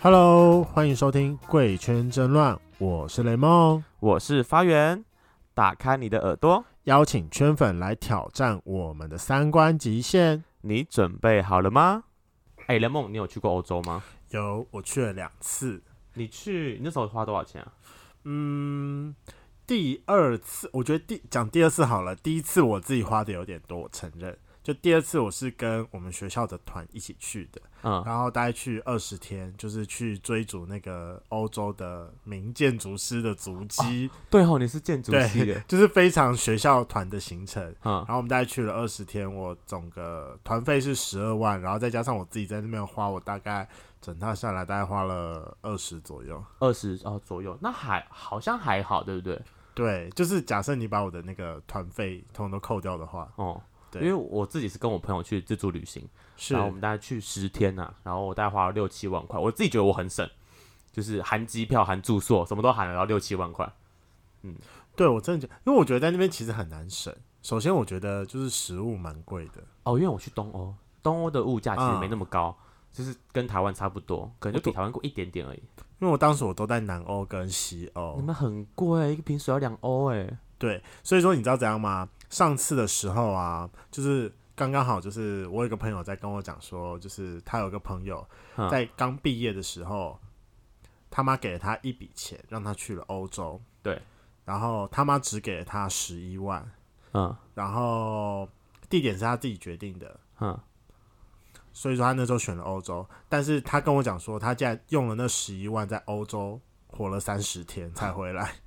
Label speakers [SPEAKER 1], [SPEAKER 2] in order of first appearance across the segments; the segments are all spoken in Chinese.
[SPEAKER 1] Hello，欢迎收听《贵圈争乱》，我是雷梦，
[SPEAKER 2] 我是发源，打开你的耳朵，
[SPEAKER 1] 邀请圈粉来挑战我们的三观极限。
[SPEAKER 2] 你准备好了吗？哎、雷梦，你有去过欧洲吗？
[SPEAKER 1] 有，我去了两次，
[SPEAKER 2] 你去，你那时候花多少钱啊？
[SPEAKER 1] 嗯，第二次我觉得第讲第二次好了，第一次我自己花的有点多，我承认。就第二次我是跟我们学校的团一起去的，
[SPEAKER 2] 嗯，
[SPEAKER 1] 然后大概去二十天，就是去追逐那个欧洲的名建筑师的足迹，
[SPEAKER 2] 对哦，你是建筑系
[SPEAKER 1] 对
[SPEAKER 2] 的，，
[SPEAKER 1] 就是非常学校团的行程。
[SPEAKER 2] 嗯
[SPEAKER 1] 然，后我们大概去了二十天，我总个团费是十二万，然后再加上我自己在那边花，我大概整套下来大概花了二十左右。
[SPEAKER 2] 二十哦左右，那还好像还好，对不对？
[SPEAKER 1] 对，就是假设你把我的那个团费通通都扣掉的话，
[SPEAKER 2] 哦、
[SPEAKER 1] 对
[SPEAKER 2] 因为我自己是跟我朋友去自助旅行，
[SPEAKER 1] 是
[SPEAKER 2] 然后我们大概去十天呐、然后我大概花了六七万块，我自己觉得我很省，就是含机票、含住宿，什么都含了，然后六七万块。
[SPEAKER 1] 对我真的觉得，因为我觉得在那边其实很难省。首先，我觉得就是食物蛮贵的，
[SPEAKER 2] 哦，因为我去东欧，东欧的物价其实
[SPEAKER 1] 嗯
[SPEAKER 2] 没那么高，就是跟台湾差不多，可能就比台湾贵一点点而已。
[SPEAKER 1] 因为我当时我都在南欧跟西欧
[SPEAKER 2] 你，们很贵，一个瓶水要两欧哎。
[SPEAKER 1] 对，所以说你知道怎样吗？上次的时候啊，就是刚刚好，就是我有一个朋友在跟我讲说，就是他有一个朋友
[SPEAKER 2] 嗯
[SPEAKER 1] 在刚毕业的时候，他妈给了他一笔钱，让他去了欧洲，
[SPEAKER 2] 对，
[SPEAKER 1] 然后他妈只给了他十一万，
[SPEAKER 2] 嗯
[SPEAKER 1] 然后地点是他自己决定的，
[SPEAKER 2] 嗯，
[SPEAKER 1] 所以说他那时候选了欧洲，但是他跟我讲说，他竟然用了那十一万在欧洲活了三十天才回来。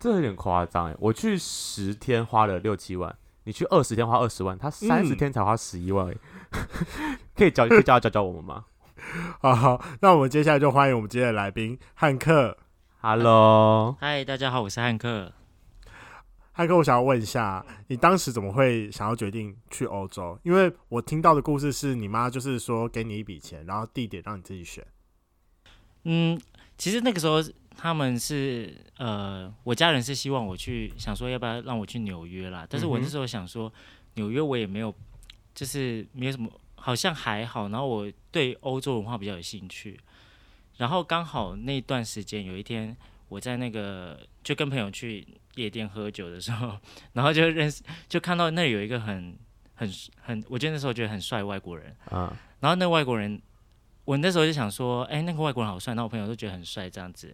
[SPEAKER 2] 这有点夸张哎。我去十天花了六七万，你去二十天花二十万，他三十
[SPEAKER 1] 嗯
[SPEAKER 2] 天才花十一万而已。 可以教可以教教教我们吗
[SPEAKER 1] 好好，那我们接下来就欢迎我们今天的来宾汉克。
[SPEAKER 2] ？Hello，
[SPEAKER 3] 嗨，大家好，我是汉克。
[SPEAKER 1] 汉克，我想要问一下，你当时怎么会想要决定去欧洲？因为我听到的故事是你妈就是说给你一笔钱，然后地点让你自己选。
[SPEAKER 3] 嗯，其实那个时候他们是呃，我家人是希望我去，想说要不要让我去纽约啦。但是我
[SPEAKER 2] 嗯哼
[SPEAKER 3] 那时候想说，纽约我也没有，就是没有什么，好像还好。然后我对欧洲文化比较有兴趣，然后刚好那段时间有一天我在那个就跟朋友去夜店喝酒的时候，然后就认识，就看到那里有一个很很很，我觉得那时候觉得很帅的外国人。
[SPEAKER 2] 嗯，
[SPEAKER 3] 然后那外国人，我那时候就想说，哎、那个外国人好帅，那我朋友都觉得很帅这样子。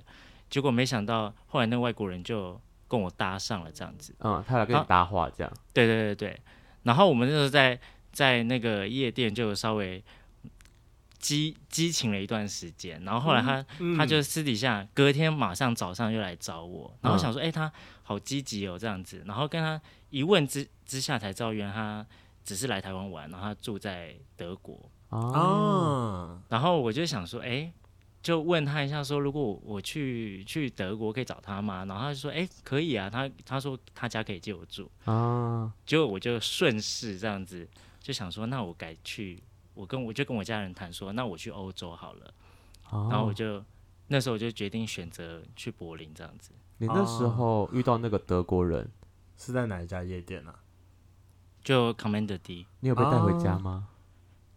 [SPEAKER 3] 结果没想到后来那外国人就跟我搭上了这样子。
[SPEAKER 2] 嗯，他来跟你
[SPEAKER 3] 好
[SPEAKER 2] 搭话这样。
[SPEAKER 3] 对对对对。然后我们那时候在在那个夜店就稍微激激情了一段时间，然后后来他、
[SPEAKER 1] 嗯
[SPEAKER 3] 他就私底下隔天马上早上就来找我，然后想说，哎、他好积极哦这样子，然后跟他一问之之下才知道，原来他只是来台湾玩，然后他住在德国。
[SPEAKER 2] 哦，
[SPEAKER 1] 啊，
[SPEAKER 3] 然后我就想说，哎、就问他一下说，如果我我去去德国可以找他吗？然后他就说，哎、可以啊，他他说他家可以借我住，
[SPEAKER 2] 啊，
[SPEAKER 3] 结果我就顺势这样子就想说，那我改去，我跟我就跟我家人谈说，那我去欧洲好了，
[SPEAKER 2] 然
[SPEAKER 3] 然后我就。那时候我就决定选择去柏林这样子，
[SPEAKER 2] 你那时候遇到那个德国人，
[SPEAKER 1] 是在哪一家夜店啊？
[SPEAKER 3] 就 Commander D
[SPEAKER 2] 你有被带回家吗？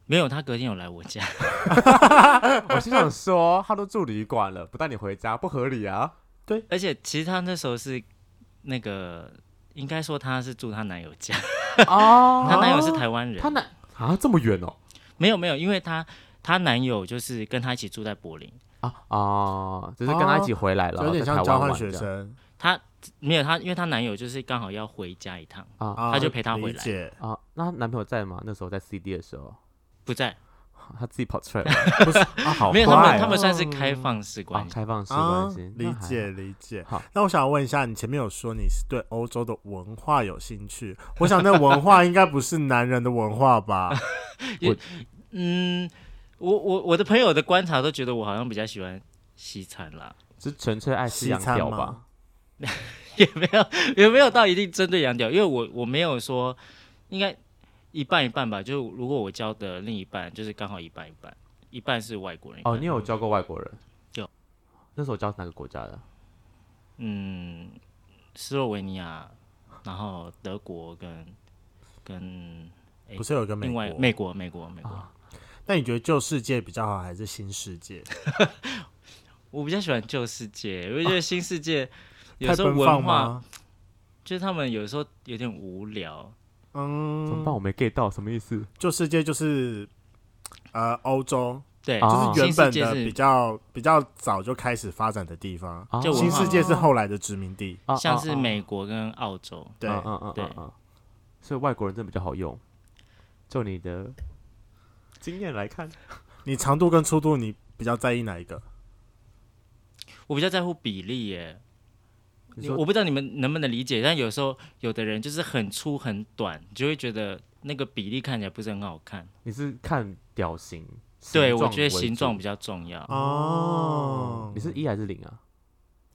[SPEAKER 3] 没有，他隔天有来我家，
[SPEAKER 2] 我心想说，他都住旅馆了，不带你回家不合理啊。
[SPEAKER 3] 而且其实他那时候是那个，应该说他是住她男友家，
[SPEAKER 2] 哦，
[SPEAKER 3] 她男友是台湾人，
[SPEAKER 2] 他男啊这么远哦
[SPEAKER 3] 没有没有，因为她她男友就是跟她一起住在柏林，
[SPEAKER 2] 啊啊，只是跟他一起回来了，
[SPEAKER 1] 有点
[SPEAKER 2] 在
[SPEAKER 1] 像
[SPEAKER 2] 台湾
[SPEAKER 1] 哦交换
[SPEAKER 2] 玩
[SPEAKER 1] 学
[SPEAKER 2] 这样
[SPEAKER 1] 生，
[SPEAKER 3] 她没有她，因为她男友就是刚好要回家一趟，
[SPEAKER 2] 啊
[SPEAKER 1] 啊
[SPEAKER 3] 他就陪他回来
[SPEAKER 1] 理解
[SPEAKER 2] 啊。那她男朋友在吗？那时候在 CD 的时候，
[SPEAKER 3] 不在，
[SPEAKER 2] 他自己跑出来玩
[SPEAKER 1] 不 是啊，好
[SPEAKER 3] 没有他
[SPEAKER 1] 坏
[SPEAKER 3] 们
[SPEAKER 1] 哦
[SPEAKER 3] 他们算是开放式关
[SPEAKER 2] 啊，
[SPEAKER 3] 系，
[SPEAKER 2] 开放式
[SPEAKER 1] 啊
[SPEAKER 2] 关系，，那
[SPEAKER 1] 理
[SPEAKER 2] 还
[SPEAKER 1] 解理解
[SPEAKER 2] 好。
[SPEAKER 1] 那我想问一下，你前面有说你是对欧洲的文化有兴趣，我想那文化应该不是男人的文化 吧？
[SPEAKER 3] 嗯，我我我的朋友的观察都觉得我好像比较喜欢西餐啦，
[SPEAKER 2] 是纯粹爱吃
[SPEAKER 1] 西
[SPEAKER 2] 洋
[SPEAKER 1] 餐
[SPEAKER 2] 调
[SPEAKER 1] 吗
[SPEAKER 2] 吧？？
[SPEAKER 3] 也没有也没有到一定针对洋调，因为我我没有说应该一半一半吧，就如果我交的另一半就是刚好一半一半，一半是外国人，
[SPEAKER 2] 哦，你有教过外国人？
[SPEAKER 3] 有。
[SPEAKER 2] 那时候教哪个国家的？
[SPEAKER 3] 嗯，斯洛维尼亚，然后德国跟跟
[SPEAKER 1] 不是有一个美
[SPEAKER 3] 另外
[SPEAKER 1] 国？啊
[SPEAKER 3] 美国，美国，美国。
[SPEAKER 1] 那你觉得旧世界比较好，还是新世界？
[SPEAKER 3] 我比较喜欢旧世界，我觉得新世界有
[SPEAKER 1] 太
[SPEAKER 3] 时候
[SPEAKER 1] 奔
[SPEAKER 3] 文
[SPEAKER 1] 放
[SPEAKER 3] 化
[SPEAKER 1] 吗？
[SPEAKER 3] 就是他们有时候有点无聊，
[SPEAKER 2] 怎么
[SPEAKER 1] 嗯，
[SPEAKER 2] 办？我没 get 到什么意思？
[SPEAKER 1] 旧世界就是呃欧洲，
[SPEAKER 3] 对，
[SPEAKER 2] 啊
[SPEAKER 1] 就是原本的
[SPEAKER 3] 新世界是
[SPEAKER 1] 比较比较早就开始发展的地方，
[SPEAKER 2] 啊
[SPEAKER 3] 就文化
[SPEAKER 1] 新世界是后来的殖民地。
[SPEAKER 2] 啊
[SPEAKER 3] 像是美国跟澳洲，
[SPEAKER 1] 对，
[SPEAKER 2] 嗯嗯嗯
[SPEAKER 3] 对
[SPEAKER 2] 嗯嗯，所以外国人真的比较好用。就你的经验来看，
[SPEAKER 1] 你长度跟粗度，你比较在意哪一个？
[SPEAKER 3] 我比较在乎比例耶。
[SPEAKER 2] 你
[SPEAKER 3] 你
[SPEAKER 2] 说
[SPEAKER 3] 我不知道你们能不能理解，但有时候有的人就是很粗很短，你就会觉得那个比例看起来不是很好看。
[SPEAKER 2] 你是看屌型？
[SPEAKER 3] 对，
[SPEAKER 2] 形
[SPEAKER 3] 我
[SPEAKER 2] 状
[SPEAKER 3] 觉得
[SPEAKER 2] 为
[SPEAKER 3] 形
[SPEAKER 2] 主
[SPEAKER 3] 状比较重要，
[SPEAKER 1] 啊哦
[SPEAKER 2] 你是一还是零啊？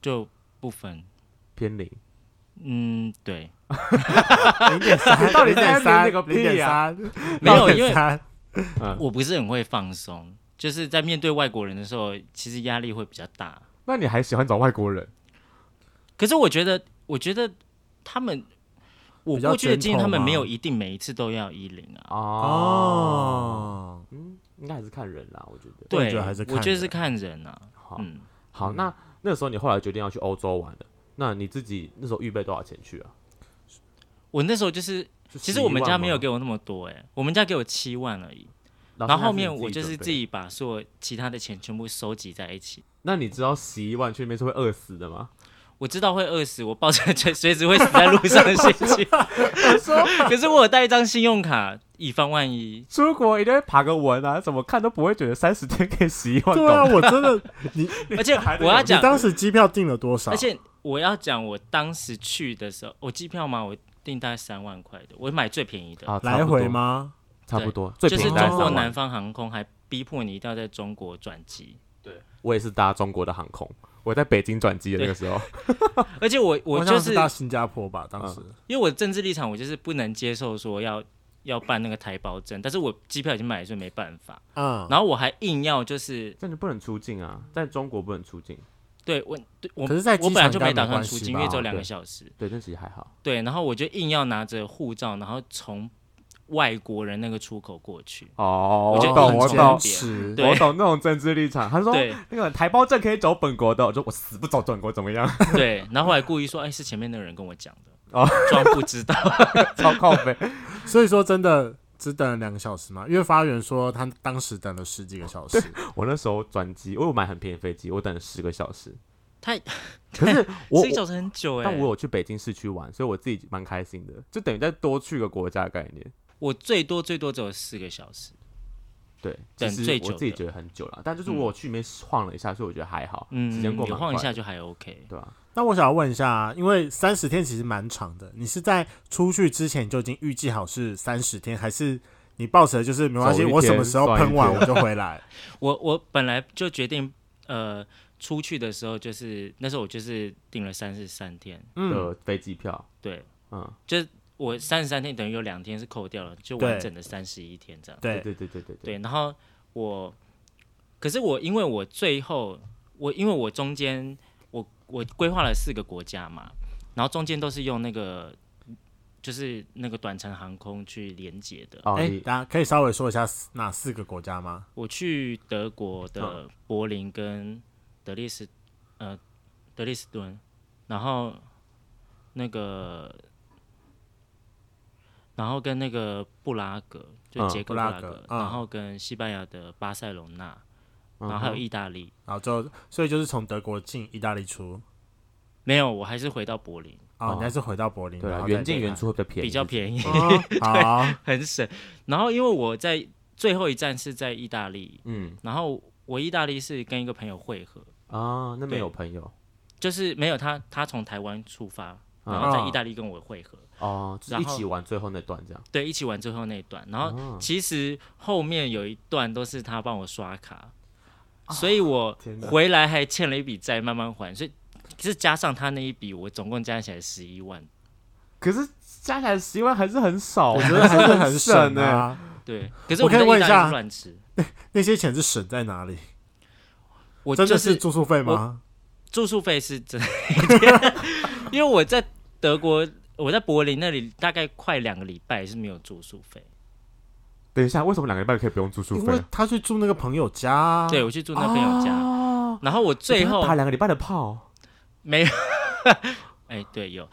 [SPEAKER 3] 就不分。
[SPEAKER 2] 偏零。
[SPEAKER 3] 嗯，对，
[SPEAKER 1] 零点三，
[SPEAKER 2] 到底
[SPEAKER 1] 零点
[SPEAKER 2] 在那
[SPEAKER 1] 三，
[SPEAKER 2] 个
[SPEAKER 1] 零
[SPEAKER 2] 屁
[SPEAKER 1] 点
[SPEAKER 2] 啊
[SPEAKER 1] 三，
[SPEAKER 3] 没有因为
[SPEAKER 1] 为
[SPEAKER 2] 嗯，
[SPEAKER 3] 我不是很会放松，就是在面对外国人的时候，其实压力会比较大。
[SPEAKER 2] 那你还喜欢找外国人？
[SPEAKER 3] 可是我觉得，我觉得他们，我
[SPEAKER 1] 比较
[SPEAKER 3] 过去的
[SPEAKER 1] gentle
[SPEAKER 3] 经验，他们
[SPEAKER 1] 吗
[SPEAKER 3] 没有一定每一次都要一零啊。
[SPEAKER 2] 哦，
[SPEAKER 1] 哦，
[SPEAKER 2] 嗯，应该还是看人啦，我觉得。
[SPEAKER 1] 我
[SPEAKER 3] 对，
[SPEAKER 1] 也觉得还是看
[SPEAKER 3] 我觉得是
[SPEAKER 1] 人
[SPEAKER 3] 看人啊。
[SPEAKER 2] 好，
[SPEAKER 3] 嗯，
[SPEAKER 2] 好，那那时候你后来决定要去欧洲玩的，那你自己那时候预备多少钱去啊？
[SPEAKER 3] 我那时候就是，
[SPEAKER 2] 是
[SPEAKER 3] 其实我们
[SPEAKER 2] 11
[SPEAKER 3] 家
[SPEAKER 2] 万
[SPEAKER 3] 没有
[SPEAKER 2] 吗，
[SPEAKER 3] 给我那么多哎、我们家给我七万而已。
[SPEAKER 2] 然
[SPEAKER 3] 然
[SPEAKER 2] 后
[SPEAKER 3] 后后面我就是是
[SPEAKER 2] 自
[SPEAKER 3] 自
[SPEAKER 2] 己准备。
[SPEAKER 3] 己把所有其他的钱全部收集在一起。
[SPEAKER 2] 那你知道十一万去那边是会饿死的吗？
[SPEAKER 3] 我知道会饿死，我抱着随随时会死在路上的心 情。可是我有带一张信用卡，以防 万一。
[SPEAKER 2] 出国一定会爬个文啊，怎么看都不会觉得三十天可以十一万
[SPEAKER 1] 对啊，
[SPEAKER 2] 搞。
[SPEAKER 1] 我真 的，
[SPEAKER 3] 而且
[SPEAKER 2] 还得
[SPEAKER 3] 我要
[SPEAKER 2] 有
[SPEAKER 1] 你
[SPEAKER 3] 讲，
[SPEAKER 1] 当时机票订了多少？
[SPEAKER 3] 而且我要讲，我当时去的时候，我机票嘛，我订大概三万块的，我买最便宜的，
[SPEAKER 2] 啊，差
[SPEAKER 1] 来
[SPEAKER 2] 不多
[SPEAKER 1] 回？吗？
[SPEAKER 2] 差不多，最
[SPEAKER 3] 就
[SPEAKER 2] 便
[SPEAKER 3] 是
[SPEAKER 2] 宜
[SPEAKER 1] 的
[SPEAKER 2] 大概
[SPEAKER 3] 中
[SPEAKER 2] 三
[SPEAKER 3] 国
[SPEAKER 2] 万
[SPEAKER 3] 南方航空还逼迫你一定要在中国转机，
[SPEAKER 2] 我也是搭中国的航空，我在北京转机的那个时候，
[SPEAKER 3] 而且我我
[SPEAKER 1] 好
[SPEAKER 3] 就
[SPEAKER 1] 像
[SPEAKER 3] 是
[SPEAKER 1] 是到新加坡吧，当时
[SPEAKER 3] 因为我的政治立场，我就是不能接受说要要办那个台胞证，但是我机票已经买了，所以没办法。
[SPEAKER 1] 嗯，
[SPEAKER 2] 哦
[SPEAKER 3] 然后我还硬要就是
[SPEAKER 2] 但你不能出境啊，在中国不能出境。
[SPEAKER 3] 对我对我
[SPEAKER 1] 可是在
[SPEAKER 3] 我
[SPEAKER 1] 机
[SPEAKER 3] 本来
[SPEAKER 1] 场
[SPEAKER 3] 就
[SPEAKER 1] 应
[SPEAKER 3] 没
[SPEAKER 1] 该
[SPEAKER 3] 打
[SPEAKER 1] 没
[SPEAKER 3] 算
[SPEAKER 1] 关
[SPEAKER 3] 出
[SPEAKER 1] 系
[SPEAKER 3] 境，因
[SPEAKER 1] 吧
[SPEAKER 3] 为只有两个
[SPEAKER 2] 对
[SPEAKER 3] 小时。
[SPEAKER 2] 对，那其实还好。
[SPEAKER 3] 对，然后我就硬要拿着护照，然后从外国人那个出口过去。
[SPEAKER 2] 哦
[SPEAKER 3] 我觉得
[SPEAKER 2] 懂，
[SPEAKER 3] 很
[SPEAKER 2] 我
[SPEAKER 3] 重
[SPEAKER 2] 懂
[SPEAKER 3] 要
[SPEAKER 1] 坚，持
[SPEAKER 3] 对
[SPEAKER 2] 我懂那种政治立场。他说
[SPEAKER 3] 对
[SPEAKER 2] 那个台胞证可以走本国的，我说我死不走本国怎么样？
[SPEAKER 3] 对，然后后来故意说，哎，是前面那个人跟我讲的，
[SPEAKER 2] 哦
[SPEAKER 3] 装不知道。
[SPEAKER 2] 超靠背。
[SPEAKER 1] 所以说真的只等了两个小时嘛，因为发源说他当时等了十几个小时，
[SPEAKER 2] 我那时候转机，我有买很便宜的飞机，我等了十个小时。
[SPEAKER 3] 他
[SPEAKER 2] 可 是 我
[SPEAKER 3] 这一小时很久哎、
[SPEAKER 2] 但我有去北京市区玩，所以我自己蛮开心的，就等于再多去个国家的概念。
[SPEAKER 3] 我最多最多只有四个小时。
[SPEAKER 2] 对，
[SPEAKER 3] 等
[SPEAKER 2] 其实
[SPEAKER 3] 最久
[SPEAKER 2] 我自己
[SPEAKER 3] 的
[SPEAKER 2] 觉得很久了，但就是我有去里面晃了一下，所以我觉得还好，
[SPEAKER 3] 嗯，
[SPEAKER 2] 时间过
[SPEAKER 3] 你
[SPEAKER 2] 蛮
[SPEAKER 3] 晃一
[SPEAKER 2] 快
[SPEAKER 3] 下
[SPEAKER 2] 的，
[SPEAKER 3] 就还 OK。
[SPEAKER 2] 对吧？
[SPEAKER 1] 那我想要问一下、因为三十天其实蛮长的，你是在出去之前就已经预计好是三十天，还是你抱持的就是没关系，
[SPEAKER 2] 走一天
[SPEAKER 1] 我什么时候喷完
[SPEAKER 2] 算一天
[SPEAKER 1] 我就回 来？
[SPEAKER 3] 我我本来就决定，呃，出去的时候就是那时候我就是订了三十三天，
[SPEAKER 1] 嗯，
[SPEAKER 2] 的飞机票，
[SPEAKER 3] 对
[SPEAKER 2] 嗯，
[SPEAKER 3] 我三十三天等于有两天是扣掉了，就
[SPEAKER 1] 对
[SPEAKER 3] 完整的三十一天这样。
[SPEAKER 2] 对
[SPEAKER 1] 对，
[SPEAKER 2] 对对对对对，
[SPEAKER 3] 对，然后我，可是我因为我最后我因为我中间我我规划了四个国家嘛，然后中间都是用那个就是那个短程航空去连接的。
[SPEAKER 2] 哦，
[SPEAKER 1] 哎、
[SPEAKER 2] 你
[SPEAKER 1] 大家可以稍微说一下哪四个国家吗？
[SPEAKER 3] 我去德国
[SPEAKER 2] 嗯
[SPEAKER 3] 的柏林跟德累斯，呃，德累斯顿，然后那个，然后跟那个布拉格，就
[SPEAKER 2] 嗯
[SPEAKER 3] 捷克
[SPEAKER 1] 布拉
[SPEAKER 3] 格，
[SPEAKER 1] 格嗯
[SPEAKER 3] 然后跟西班牙的巴塞隆纳，
[SPEAKER 2] 嗯
[SPEAKER 3] 然后还有
[SPEAKER 2] 哼
[SPEAKER 3] 意大利。
[SPEAKER 1] 然后就所以就是从德国进意大利出，
[SPEAKER 3] 没有，我还是回到柏林，
[SPEAKER 1] 哦，
[SPEAKER 2] 哦
[SPEAKER 1] 你还是回到柏林，
[SPEAKER 2] 对
[SPEAKER 1] 然
[SPEAKER 2] 啊，
[SPEAKER 1] 后
[SPEAKER 2] 原
[SPEAKER 1] 再
[SPEAKER 2] 进
[SPEAKER 1] 回
[SPEAKER 2] 原
[SPEAKER 1] 来。
[SPEAKER 2] 出会比较便宜，
[SPEAKER 3] 比较
[SPEAKER 2] 宜。
[SPEAKER 3] 便宜，
[SPEAKER 1] 哦、好，
[SPEAKER 3] 很省。然后因为我在最后一站是在意大利，
[SPEAKER 2] 嗯
[SPEAKER 3] 然后我意大利是跟一个朋友会合，
[SPEAKER 2] 啊，那边
[SPEAKER 3] 对
[SPEAKER 2] 有朋友
[SPEAKER 3] 就是没有他，他从台湾出发，然
[SPEAKER 2] 啊
[SPEAKER 1] 嗯
[SPEAKER 3] 后在意大利跟我会合，
[SPEAKER 2] 哦，就是
[SPEAKER 3] 然
[SPEAKER 2] 一
[SPEAKER 3] 后
[SPEAKER 2] 起玩最后那段这样。
[SPEAKER 3] 对，一起玩最后那一段。然后
[SPEAKER 1] 嗯
[SPEAKER 2] 哦
[SPEAKER 3] 其实后面有一段都是他帮我刷卡，所以我
[SPEAKER 2] 天哪
[SPEAKER 3] 回来还欠了一笔债，慢慢还。所以是加上他那一笔，我总共加起来十一万。
[SPEAKER 2] 可是加起来十万还是很少，
[SPEAKER 1] 我觉 得还是很
[SPEAKER 2] 很 欸
[SPEAKER 1] 省
[SPEAKER 2] 呢。
[SPEAKER 1] 啊。
[SPEAKER 3] 对，可是
[SPEAKER 1] 我
[SPEAKER 3] 们
[SPEAKER 1] 可
[SPEAKER 3] 在
[SPEAKER 1] 以问
[SPEAKER 3] 意
[SPEAKER 1] 一
[SPEAKER 3] 大利
[SPEAKER 1] 下
[SPEAKER 3] 是乱吃，
[SPEAKER 1] 那些钱是省在哪里？
[SPEAKER 3] 我
[SPEAKER 1] 真的
[SPEAKER 3] 就是是
[SPEAKER 1] 住宿费吗？
[SPEAKER 3] 住宿费是真的， 因为我在德国，我在柏林那里大概快两个礼拜是没有住宿费。
[SPEAKER 2] 等一下，为什么两个礼拜可以不用住宿
[SPEAKER 1] 因
[SPEAKER 2] 费
[SPEAKER 1] 为
[SPEAKER 2] 啊？
[SPEAKER 1] 他去住那个朋友家、啊，
[SPEAKER 3] 对，我去住那朋友家，
[SPEAKER 2] 哦
[SPEAKER 3] 然后我最后
[SPEAKER 2] 我刚才打两个礼拜的炮，
[SPEAKER 3] 没有， 哎、对，有，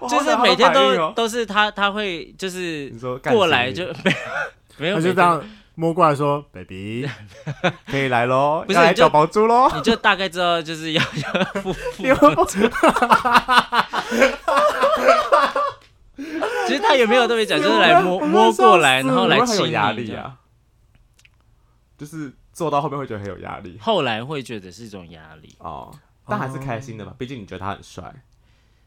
[SPEAKER 2] 哦
[SPEAKER 3] 就是每天
[SPEAKER 2] 哇好有反应
[SPEAKER 3] 都
[SPEAKER 2] 哦
[SPEAKER 3] 都是他，他会就是
[SPEAKER 2] 你说干
[SPEAKER 3] 过
[SPEAKER 2] 什
[SPEAKER 3] 来就
[SPEAKER 2] 么
[SPEAKER 3] 没有
[SPEAKER 1] 他就
[SPEAKER 3] 没有每
[SPEAKER 1] 这
[SPEAKER 3] 天，
[SPEAKER 1] 样摸过来说：“baby，
[SPEAKER 2] 可以来喽，
[SPEAKER 3] 不是
[SPEAKER 2] 要来
[SPEAKER 3] 你就
[SPEAKER 2] 找宝珠喽。
[SPEAKER 3] 你就大概知道就是要 要付付
[SPEAKER 1] 你有没有
[SPEAKER 3] 其实他也没有特 别讲，就是来摸
[SPEAKER 1] 我
[SPEAKER 3] 摸过来，
[SPEAKER 1] 我
[SPEAKER 3] 然后来
[SPEAKER 2] 会很
[SPEAKER 3] 亲
[SPEAKER 2] 有
[SPEAKER 3] 你
[SPEAKER 2] 压力
[SPEAKER 3] 这样。
[SPEAKER 2] 啊，就是做到后面会觉得很有压力啊
[SPEAKER 3] 后来会觉得是一种压力，
[SPEAKER 2] 哦，但还是开心的吧，毕竟你觉得他很帅，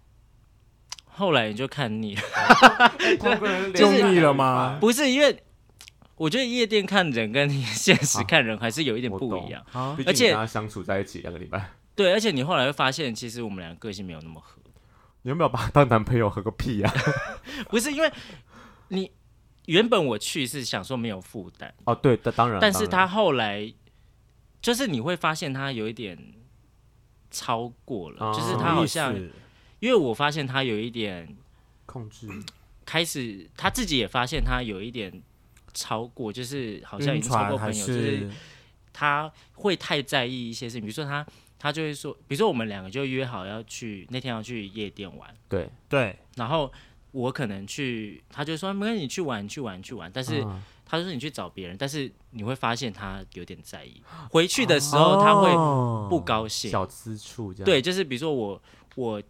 [SPEAKER 3] 后来你就看腻了，
[SPEAKER 1] 就腻了吗？
[SPEAKER 3] 不是因为我觉得夜店看人跟你现实看人还是有一点
[SPEAKER 2] 我
[SPEAKER 3] 不
[SPEAKER 2] 懂
[SPEAKER 3] 一样，
[SPEAKER 1] 啊
[SPEAKER 2] 毕
[SPEAKER 3] 而
[SPEAKER 2] 竟
[SPEAKER 3] 且
[SPEAKER 2] 你跟他相处在一起两个礼拜，
[SPEAKER 3] 对，而且你后来会发现，其实我们俩个性没有那么合，
[SPEAKER 2] 你有没有把他当男朋友合个屁啊？
[SPEAKER 3] 不是因为你原本我去是想说没有负担，
[SPEAKER 2] 哦，对，当当然，
[SPEAKER 3] 但是
[SPEAKER 2] 当然
[SPEAKER 3] 他后来就是你会发现他有一点超过了，
[SPEAKER 2] 哦
[SPEAKER 3] 就是
[SPEAKER 1] 什
[SPEAKER 3] 他
[SPEAKER 1] 么
[SPEAKER 3] 好
[SPEAKER 1] 意
[SPEAKER 3] 像
[SPEAKER 1] 思
[SPEAKER 3] 因为我发现他有一点
[SPEAKER 2] 控制
[SPEAKER 3] 开始他自己也发现他有一点超过，就是好像已
[SPEAKER 1] 晕
[SPEAKER 3] 经超
[SPEAKER 1] 船
[SPEAKER 3] 过朋
[SPEAKER 1] 还
[SPEAKER 3] 友，就是
[SPEAKER 1] 是
[SPEAKER 3] 他会太在意一些事情，比如说他他就会说，比如说我们两个就约好要去那天要去夜店玩，
[SPEAKER 2] 对，
[SPEAKER 1] 对
[SPEAKER 3] 然后我可能去，他就说没关系，你去玩你去玩你去玩，但
[SPEAKER 1] 哦
[SPEAKER 3] 是
[SPEAKER 2] 嗯
[SPEAKER 3] 他就说你去找别人，但是你会发现他有点在意，回去的时候他会
[SPEAKER 1] 哦
[SPEAKER 3] 不高兴，
[SPEAKER 2] 小啊私处这样，
[SPEAKER 3] 对，就是比如说我我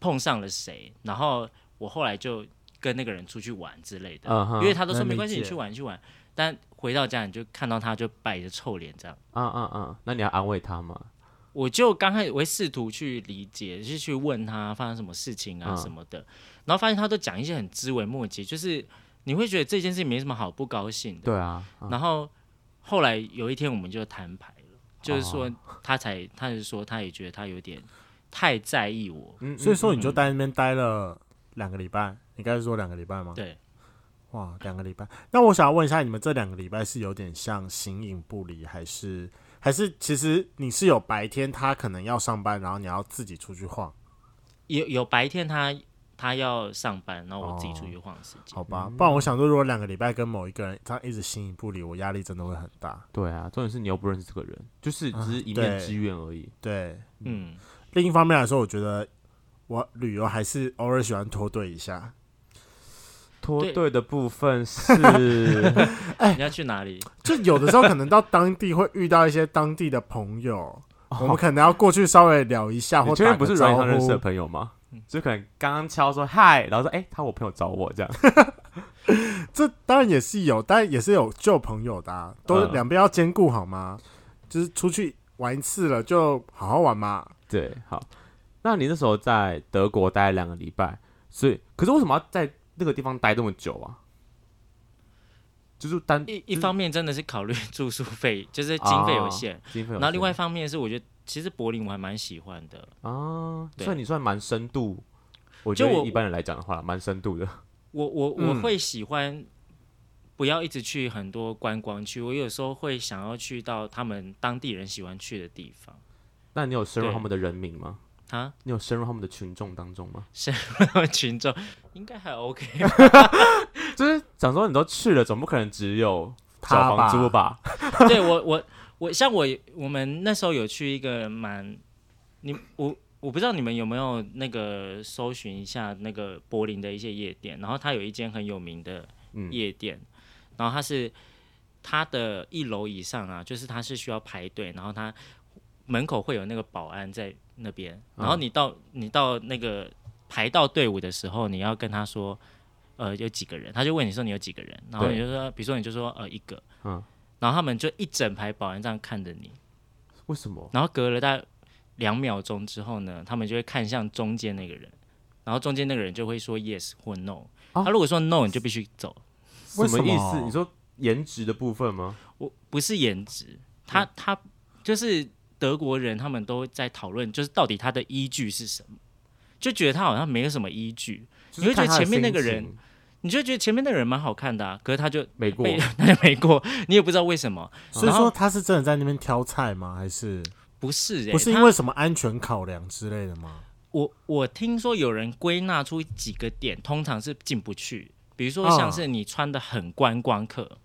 [SPEAKER 3] 碰上了谁，然后我后来就跟那个人出去玩之类的，
[SPEAKER 2] 嗯哼
[SPEAKER 3] 因为他都说
[SPEAKER 1] 能
[SPEAKER 3] 没关系，
[SPEAKER 1] 理解
[SPEAKER 3] 你去玩你去玩。但回到家你就看到他就摆着臭脸这样，
[SPEAKER 2] 嗯嗯嗯，那你要安慰他吗？
[SPEAKER 3] 我就刚开始我会试图去理解，就是去问他发生什么事情啊
[SPEAKER 2] 嗯
[SPEAKER 3] 什么的，然后发现他都讲一些很枝微末节，就是你会觉得这件事情没什么好不高兴的。
[SPEAKER 2] 对啊，嗯
[SPEAKER 3] 然后后来有一天我们就摊牌了，就是说他才他就说他也觉得他有点太在意我，
[SPEAKER 2] 嗯
[SPEAKER 1] 所以说你就待在那边待了两个礼拜，你刚才说两个礼拜吗？
[SPEAKER 3] 对，
[SPEAKER 1] 哇，两个礼拜。那我想要问一下，你们这两个礼拜是有点像形影不离，还是还是其实你是有白天他可能要上班，然后你要自己出去晃？
[SPEAKER 3] 有有白天他他要上班，然后我自己出去晃的时间。
[SPEAKER 1] 好吧，不然我想说，如果两个礼拜跟某一个人他一直形影不离，我压力真的会很大。
[SPEAKER 2] 对啊，重点是你又不认识这个人，就是只是一
[SPEAKER 1] 啊
[SPEAKER 2] 面
[SPEAKER 1] 对
[SPEAKER 2] 之缘而已。
[SPEAKER 1] 对，
[SPEAKER 3] 嗯，
[SPEAKER 1] 另一方面来说，我觉得我旅游还是偶尔喜欢脱队一下。
[SPEAKER 2] 脱
[SPEAKER 3] 对
[SPEAKER 2] 队的部分 是
[SPEAKER 3] 你要去哪里？
[SPEAKER 1] 就有的时候可能到当地会遇到一些当地的朋 友，我们可能要过去稍微聊一下，
[SPEAKER 2] 哦你
[SPEAKER 1] 或
[SPEAKER 2] 确
[SPEAKER 1] 者
[SPEAKER 2] 定不是软上认识的朋友吗？就可能刚刚敲说嗨，然后说哎、他我朋友找我这样，
[SPEAKER 1] 这当然也是有，但也是有旧朋友的、啊，都是
[SPEAKER 2] 嗯
[SPEAKER 1] 两边要兼顾好吗？就是出去玩一次了，就好好玩嘛。
[SPEAKER 2] 对，好。那你那时候在德国待了两个礼拜，所以可是为什么要在那个地方待这么久啊？就是单
[SPEAKER 3] 一一方面真的是考虑住宿费，就是经费有限。
[SPEAKER 2] 经费有限，
[SPEAKER 3] 然后另外一方面是，我觉得其实柏林我还蛮喜欢的。
[SPEAKER 2] 啊，
[SPEAKER 3] 对
[SPEAKER 2] 所以你算蛮深度，我觉
[SPEAKER 3] 就
[SPEAKER 2] 得
[SPEAKER 3] 我
[SPEAKER 2] 一般人来讲的话，蛮深度的。
[SPEAKER 3] 我我我
[SPEAKER 1] 嗯
[SPEAKER 3] 会喜欢不要一直去很多观光区，我有时候会想要去到他们当地人喜欢去的地方。
[SPEAKER 2] 那你有深入
[SPEAKER 3] 对
[SPEAKER 2] 他们的人民吗？
[SPEAKER 3] 啊，
[SPEAKER 2] 你有深入他们的群众当中吗？
[SPEAKER 3] 群众应该还 OK
[SPEAKER 2] 就是想说你都去了，总不可能只有
[SPEAKER 1] 他
[SPEAKER 2] 找
[SPEAKER 1] 吧
[SPEAKER 2] 房租吧？
[SPEAKER 3] 对我我我像我我们那时候有去一个蛮你我我不知道你们有没有那个搜寻一下那个柏林的一些夜店，然后它有一间很有名的
[SPEAKER 2] 嗯，
[SPEAKER 3] 夜店，然后它是它的一楼以上啊，就是它是需要排队，然后它门口会有那个保安在那边，然
[SPEAKER 2] 嗯
[SPEAKER 3] 后你到、你到那个排到队伍的时候，你要跟他说，呃，有几个人，他就问你说你有几个人，然后
[SPEAKER 2] 对
[SPEAKER 3] 你就说，比如说你就说呃一个，
[SPEAKER 2] 嗯
[SPEAKER 3] 然后他们就一整排保安这样看着你，
[SPEAKER 2] 为什么？
[SPEAKER 3] 然后隔了大概两秒钟之后呢，他们就会看向中间那个人，然后中间那个人就会说 yes 或 no，、
[SPEAKER 2] 啊
[SPEAKER 3] 他如果说 no，你就必须走。
[SPEAKER 1] 为
[SPEAKER 2] 什
[SPEAKER 1] 什
[SPEAKER 2] 么
[SPEAKER 1] 么
[SPEAKER 2] 意思？你说颜值的部分吗？
[SPEAKER 3] 我不是颜值，他他就是德国人，他们都在讨论，就是到底他的依据是什么，就觉得他好像没有什么依据，
[SPEAKER 2] 就是
[SPEAKER 3] 你会觉得
[SPEAKER 2] 看他的
[SPEAKER 3] 前面那个
[SPEAKER 2] 心
[SPEAKER 3] 人
[SPEAKER 2] 情
[SPEAKER 3] 你就觉得前面那个人蛮好看的、啊，可是他就
[SPEAKER 2] 没过
[SPEAKER 3] 被 他就没过，你也不知道为什么。
[SPEAKER 1] 所以
[SPEAKER 3] 然后
[SPEAKER 1] 说他是真的在那边挑菜吗？还是
[SPEAKER 3] 不是、欸，
[SPEAKER 1] 不是因
[SPEAKER 3] 他
[SPEAKER 1] 为什么安全考量之类的吗？
[SPEAKER 3] 我我听说有人归纳出几个点，通常是进不去，比如说
[SPEAKER 1] 啊
[SPEAKER 3] 像是你穿的很观光客，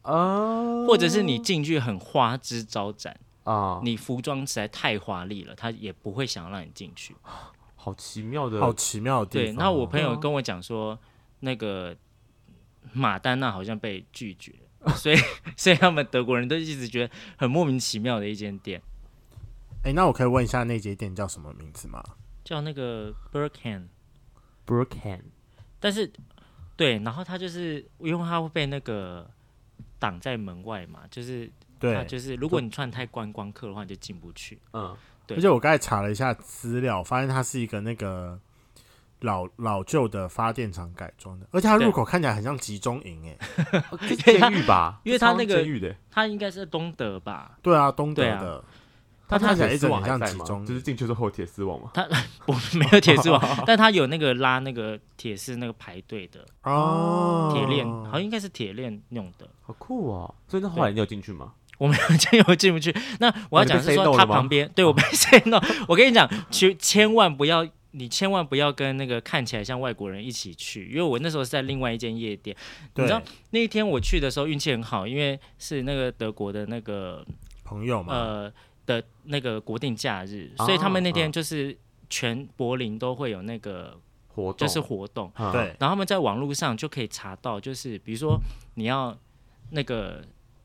[SPEAKER 2] 啊
[SPEAKER 3] 或者是你进去很花枝招展，
[SPEAKER 2] 啊，
[SPEAKER 3] 你服装实在太华丽了，他也不会想让你进去。
[SPEAKER 2] 好奇妙的，
[SPEAKER 1] 好奇妙的哦地
[SPEAKER 3] 对，
[SPEAKER 1] 方哦。
[SPEAKER 3] 那我朋友跟我讲说，那个马丹娜好像被拒绝， 所以所以他们德国人都一直觉得很莫名其妙的一间店，
[SPEAKER 1] 哎、那我可以问一下那节店叫什么名字吗？
[SPEAKER 3] 叫那个 Birkin，
[SPEAKER 2] Broken
[SPEAKER 3] 但是对，然后他就是因为他会被那个挡在门外嘛，就是他
[SPEAKER 1] 对，
[SPEAKER 3] 就是如果你穿太观光客的话，你就进不去。
[SPEAKER 2] 嗯，
[SPEAKER 3] 对
[SPEAKER 1] 而且我刚才查了一下资料，发现它是一个那个老老旧的发电厂改装的，而且它入口看起来很像集中营，哎，
[SPEAKER 2] 哦这是监狱 吧，
[SPEAKER 3] 因为他那个
[SPEAKER 2] 这是监狱的，
[SPEAKER 3] 他应该是东 德吧？
[SPEAKER 1] 对啊，东德
[SPEAKER 3] 对啊
[SPEAKER 1] 的，
[SPEAKER 2] 他
[SPEAKER 1] 它看起来
[SPEAKER 2] 铁
[SPEAKER 1] 一
[SPEAKER 2] 丝
[SPEAKER 1] 直
[SPEAKER 2] 网
[SPEAKER 1] 很
[SPEAKER 2] 还
[SPEAKER 1] 像
[SPEAKER 2] 在
[SPEAKER 1] 集
[SPEAKER 2] 吗
[SPEAKER 1] 中
[SPEAKER 2] 就是
[SPEAKER 1] 营。
[SPEAKER 2] 进去之后有铁丝网嘛，
[SPEAKER 3] 我们没有铁丝网，但他有那个拉那个铁丝那个排队的
[SPEAKER 1] 哦，
[SPEAKER 3] 铁链，好像应该是铁链弄的。
[SPEAKER 2] 好酷哦！所以那后来你有进去吗？
[SPEAKER 3] 我没有进，我进不去。那我要讲的是
[SPEAKER 2] 那你被 say no
[SPEAKER 3] 说，
[SPEAKER 2] 了
[SPEAKER 3] 他
[SPEAKER 2] 吗哦
[SPEAKER 3] 旁边对我被 say no。我跟你讲，千千万不要，你千万不要跟那个看起来像外国人一起去，因为我那时候是在另外一间夜店。你
[SPEAKER 1] 对
[SPEAKER 3] 知道那一天我去的时候运气很好，因为是那个德国的那个
[SPEAKER 1] 朋友嘛，
[SPEAKER 3] 呃的那个国定假日，
[SPEAKER 1] 哦
[SPEAKER 2] 啊
[SPEAKER 3] 所以他们那天
[SPEAKER 1] 嗯
[SPEAKER 2] 啊
[SPEAKER 3] 就是全柏林都会有那个
[SPEAKER 2] 活动
[SPEAKER 3] 就是活动。
[SPEAKER 2] 嗯
[SPEAKER 1] 对，
[SPEAKER 3] 然后他们在网络上就可以查到，就是比如说你要那个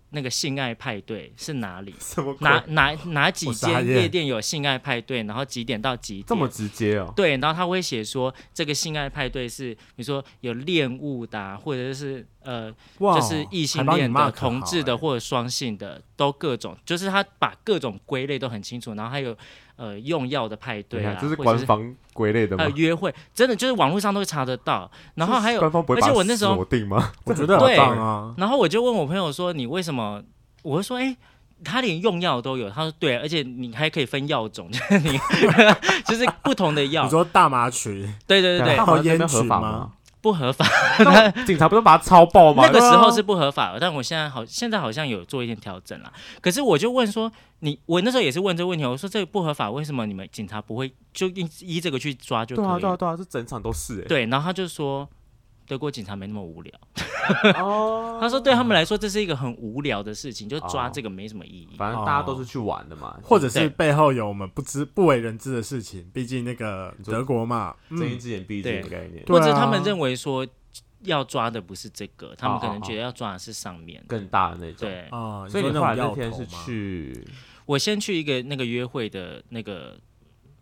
[SPEAKER 3] 那个性爱派对是哪里，
[SPEAKER 2] 什么鬼
[SPEAKER 3] 哪哪哪几
[SPEAKER 1] 我傻
[SPEAKER 3] 间
[SPEAKER 1] 眼
[SPEAKER 3] 夜店有性爱派对，然后几点到几点？
[SPEAKER 2] 这么直接哦？
[SPEAKER 3] 对，然后他会写说这个性爱派对是，比如说有恋物的啊、或者是呃，
[SPEAKER 1] 哇哦，
[SPEAKER 3] 就是异性
[SPEAKER 1] 还帮你
[SPEAKER 3] 恋
[SPEAKER 1] mark 好欸
[SPEAKER 3] 的、同志的，或者双性的，都各种，就是他把各种归类都很清楚，然后还有呃用药的派
[SPEAKER 2] 等
[SPEAKER 3] 对
[SPEAKER 2] 一
[SPEAKER 3] 啊，
[SPEAKER 2] 下这是
[SPEAKER 3] 或者
[SPEAKER 2] 官方归类的吗
[SPEAKER 3] 还有？约会，真的就是网络上都会查得到，然后还有
[SPEAKER 2] 官方不会
[SPEAKER 3] 而且
[SPEAKER 2] 把
[SPEAKER 3] 我那时候
[SPEAKER 2] 锁定吗？
[SPEAKER 1] 我觉得好
[SPEAKER 3] 对
[SPEAKER 1] 棒啊，
[SPEAKER 3] 然后我就问我朋友说：“你为什么？”我就说：“哎、他连用药都有。”他说：“对，啊而且你还可以分药种， 就是你就是不同的药
[SPEAKER 1] 你。说大麻群，”
[SPEAKER 3] 对对对
[SPEAKER 2] 大
[SPEAKER 3] 对，
[SPEAKER 2] 麻
[SPEAKER 1] 好
[SPEAKER 2] 那边
[SPEAKER 1] 烟啊
[SPEAKER 2] 合
[SPEAKER 1] 曲
[SPEAKER 2] 法
[SPEAKER 1] 吗
[SPEAKER 2] 吗？
[SPEAKER 3] 不合法。
[SPEAKER 2] 那警察不是把他抄爆吗？啊
[SPEAKER 3] 那个时候是不合法的，但我现在好，现在好像有做一点调整啦。可是我就问说：“你我那时候也是问这个问题，我说这个不合法，为什么你们警察不会就依依这个去抓就可
[SPEAKER 2] 对
[SPEAKER 3] 以了
[SPEAKER 2] 啊，对啊，对啊，这整场都是哎。
[SPEAKER 3] 对然后他就说。德国警察没那么无聊，
[SPEAKER 2] 哦，
[SPEAKER 3] 他说对他们来说这是一个很无聊的事情，就抓
[SPEAKER 2] 哦
[SPEAKER 3] 这个没什么意义。
[SPEAKER 2] 反正大家都是去玩的嘛，
[SPEAKER 1] 或者是
[SPEAKER 3] 对
[SPEAKER 1] 背后有我们不知不为人知的事情，毕竟那个
[SPEAKER 2] 你说
[SPEAKER 1] 德国嘛，
[SPEAKER 2] 睁一
[SPEAKER 1] 嗯，
[SPEAKER 2] 只眼闭一只眼的概念
[SPEAKER 1] 对，
[SPEAKER 3] 或者他们
[SPEAKER 1] 啊
[SPEAKER 3] 认为说要抓的不是这个，他们可能
[SPEAKER 2] 哦哦哦
[SPEAKER 3] 觉得要抓的是上面。
[SPEAKER 2] 更大的那种。
[SPEAKER 3] 对，
[SPEAKER 1] 啊，
[SPEAKER 2] 所以
[SPEAKER 1] 你
[SPEAKER 2] 你
[SPEAKER 1] 说
[SPEAKER 2] 后来
[SPEAKER 1] 那
[SPEAKER 2] 那
[SPEAKER 1] 种药
[SPEAKER 2] 天
[SPEAKER 1] 头
[SPEAKER 2] 是
[SPEAKER 1] 吗，
[SPEAKER 2] 去
[SPEAKER 3] 我先去一个那个约会的那个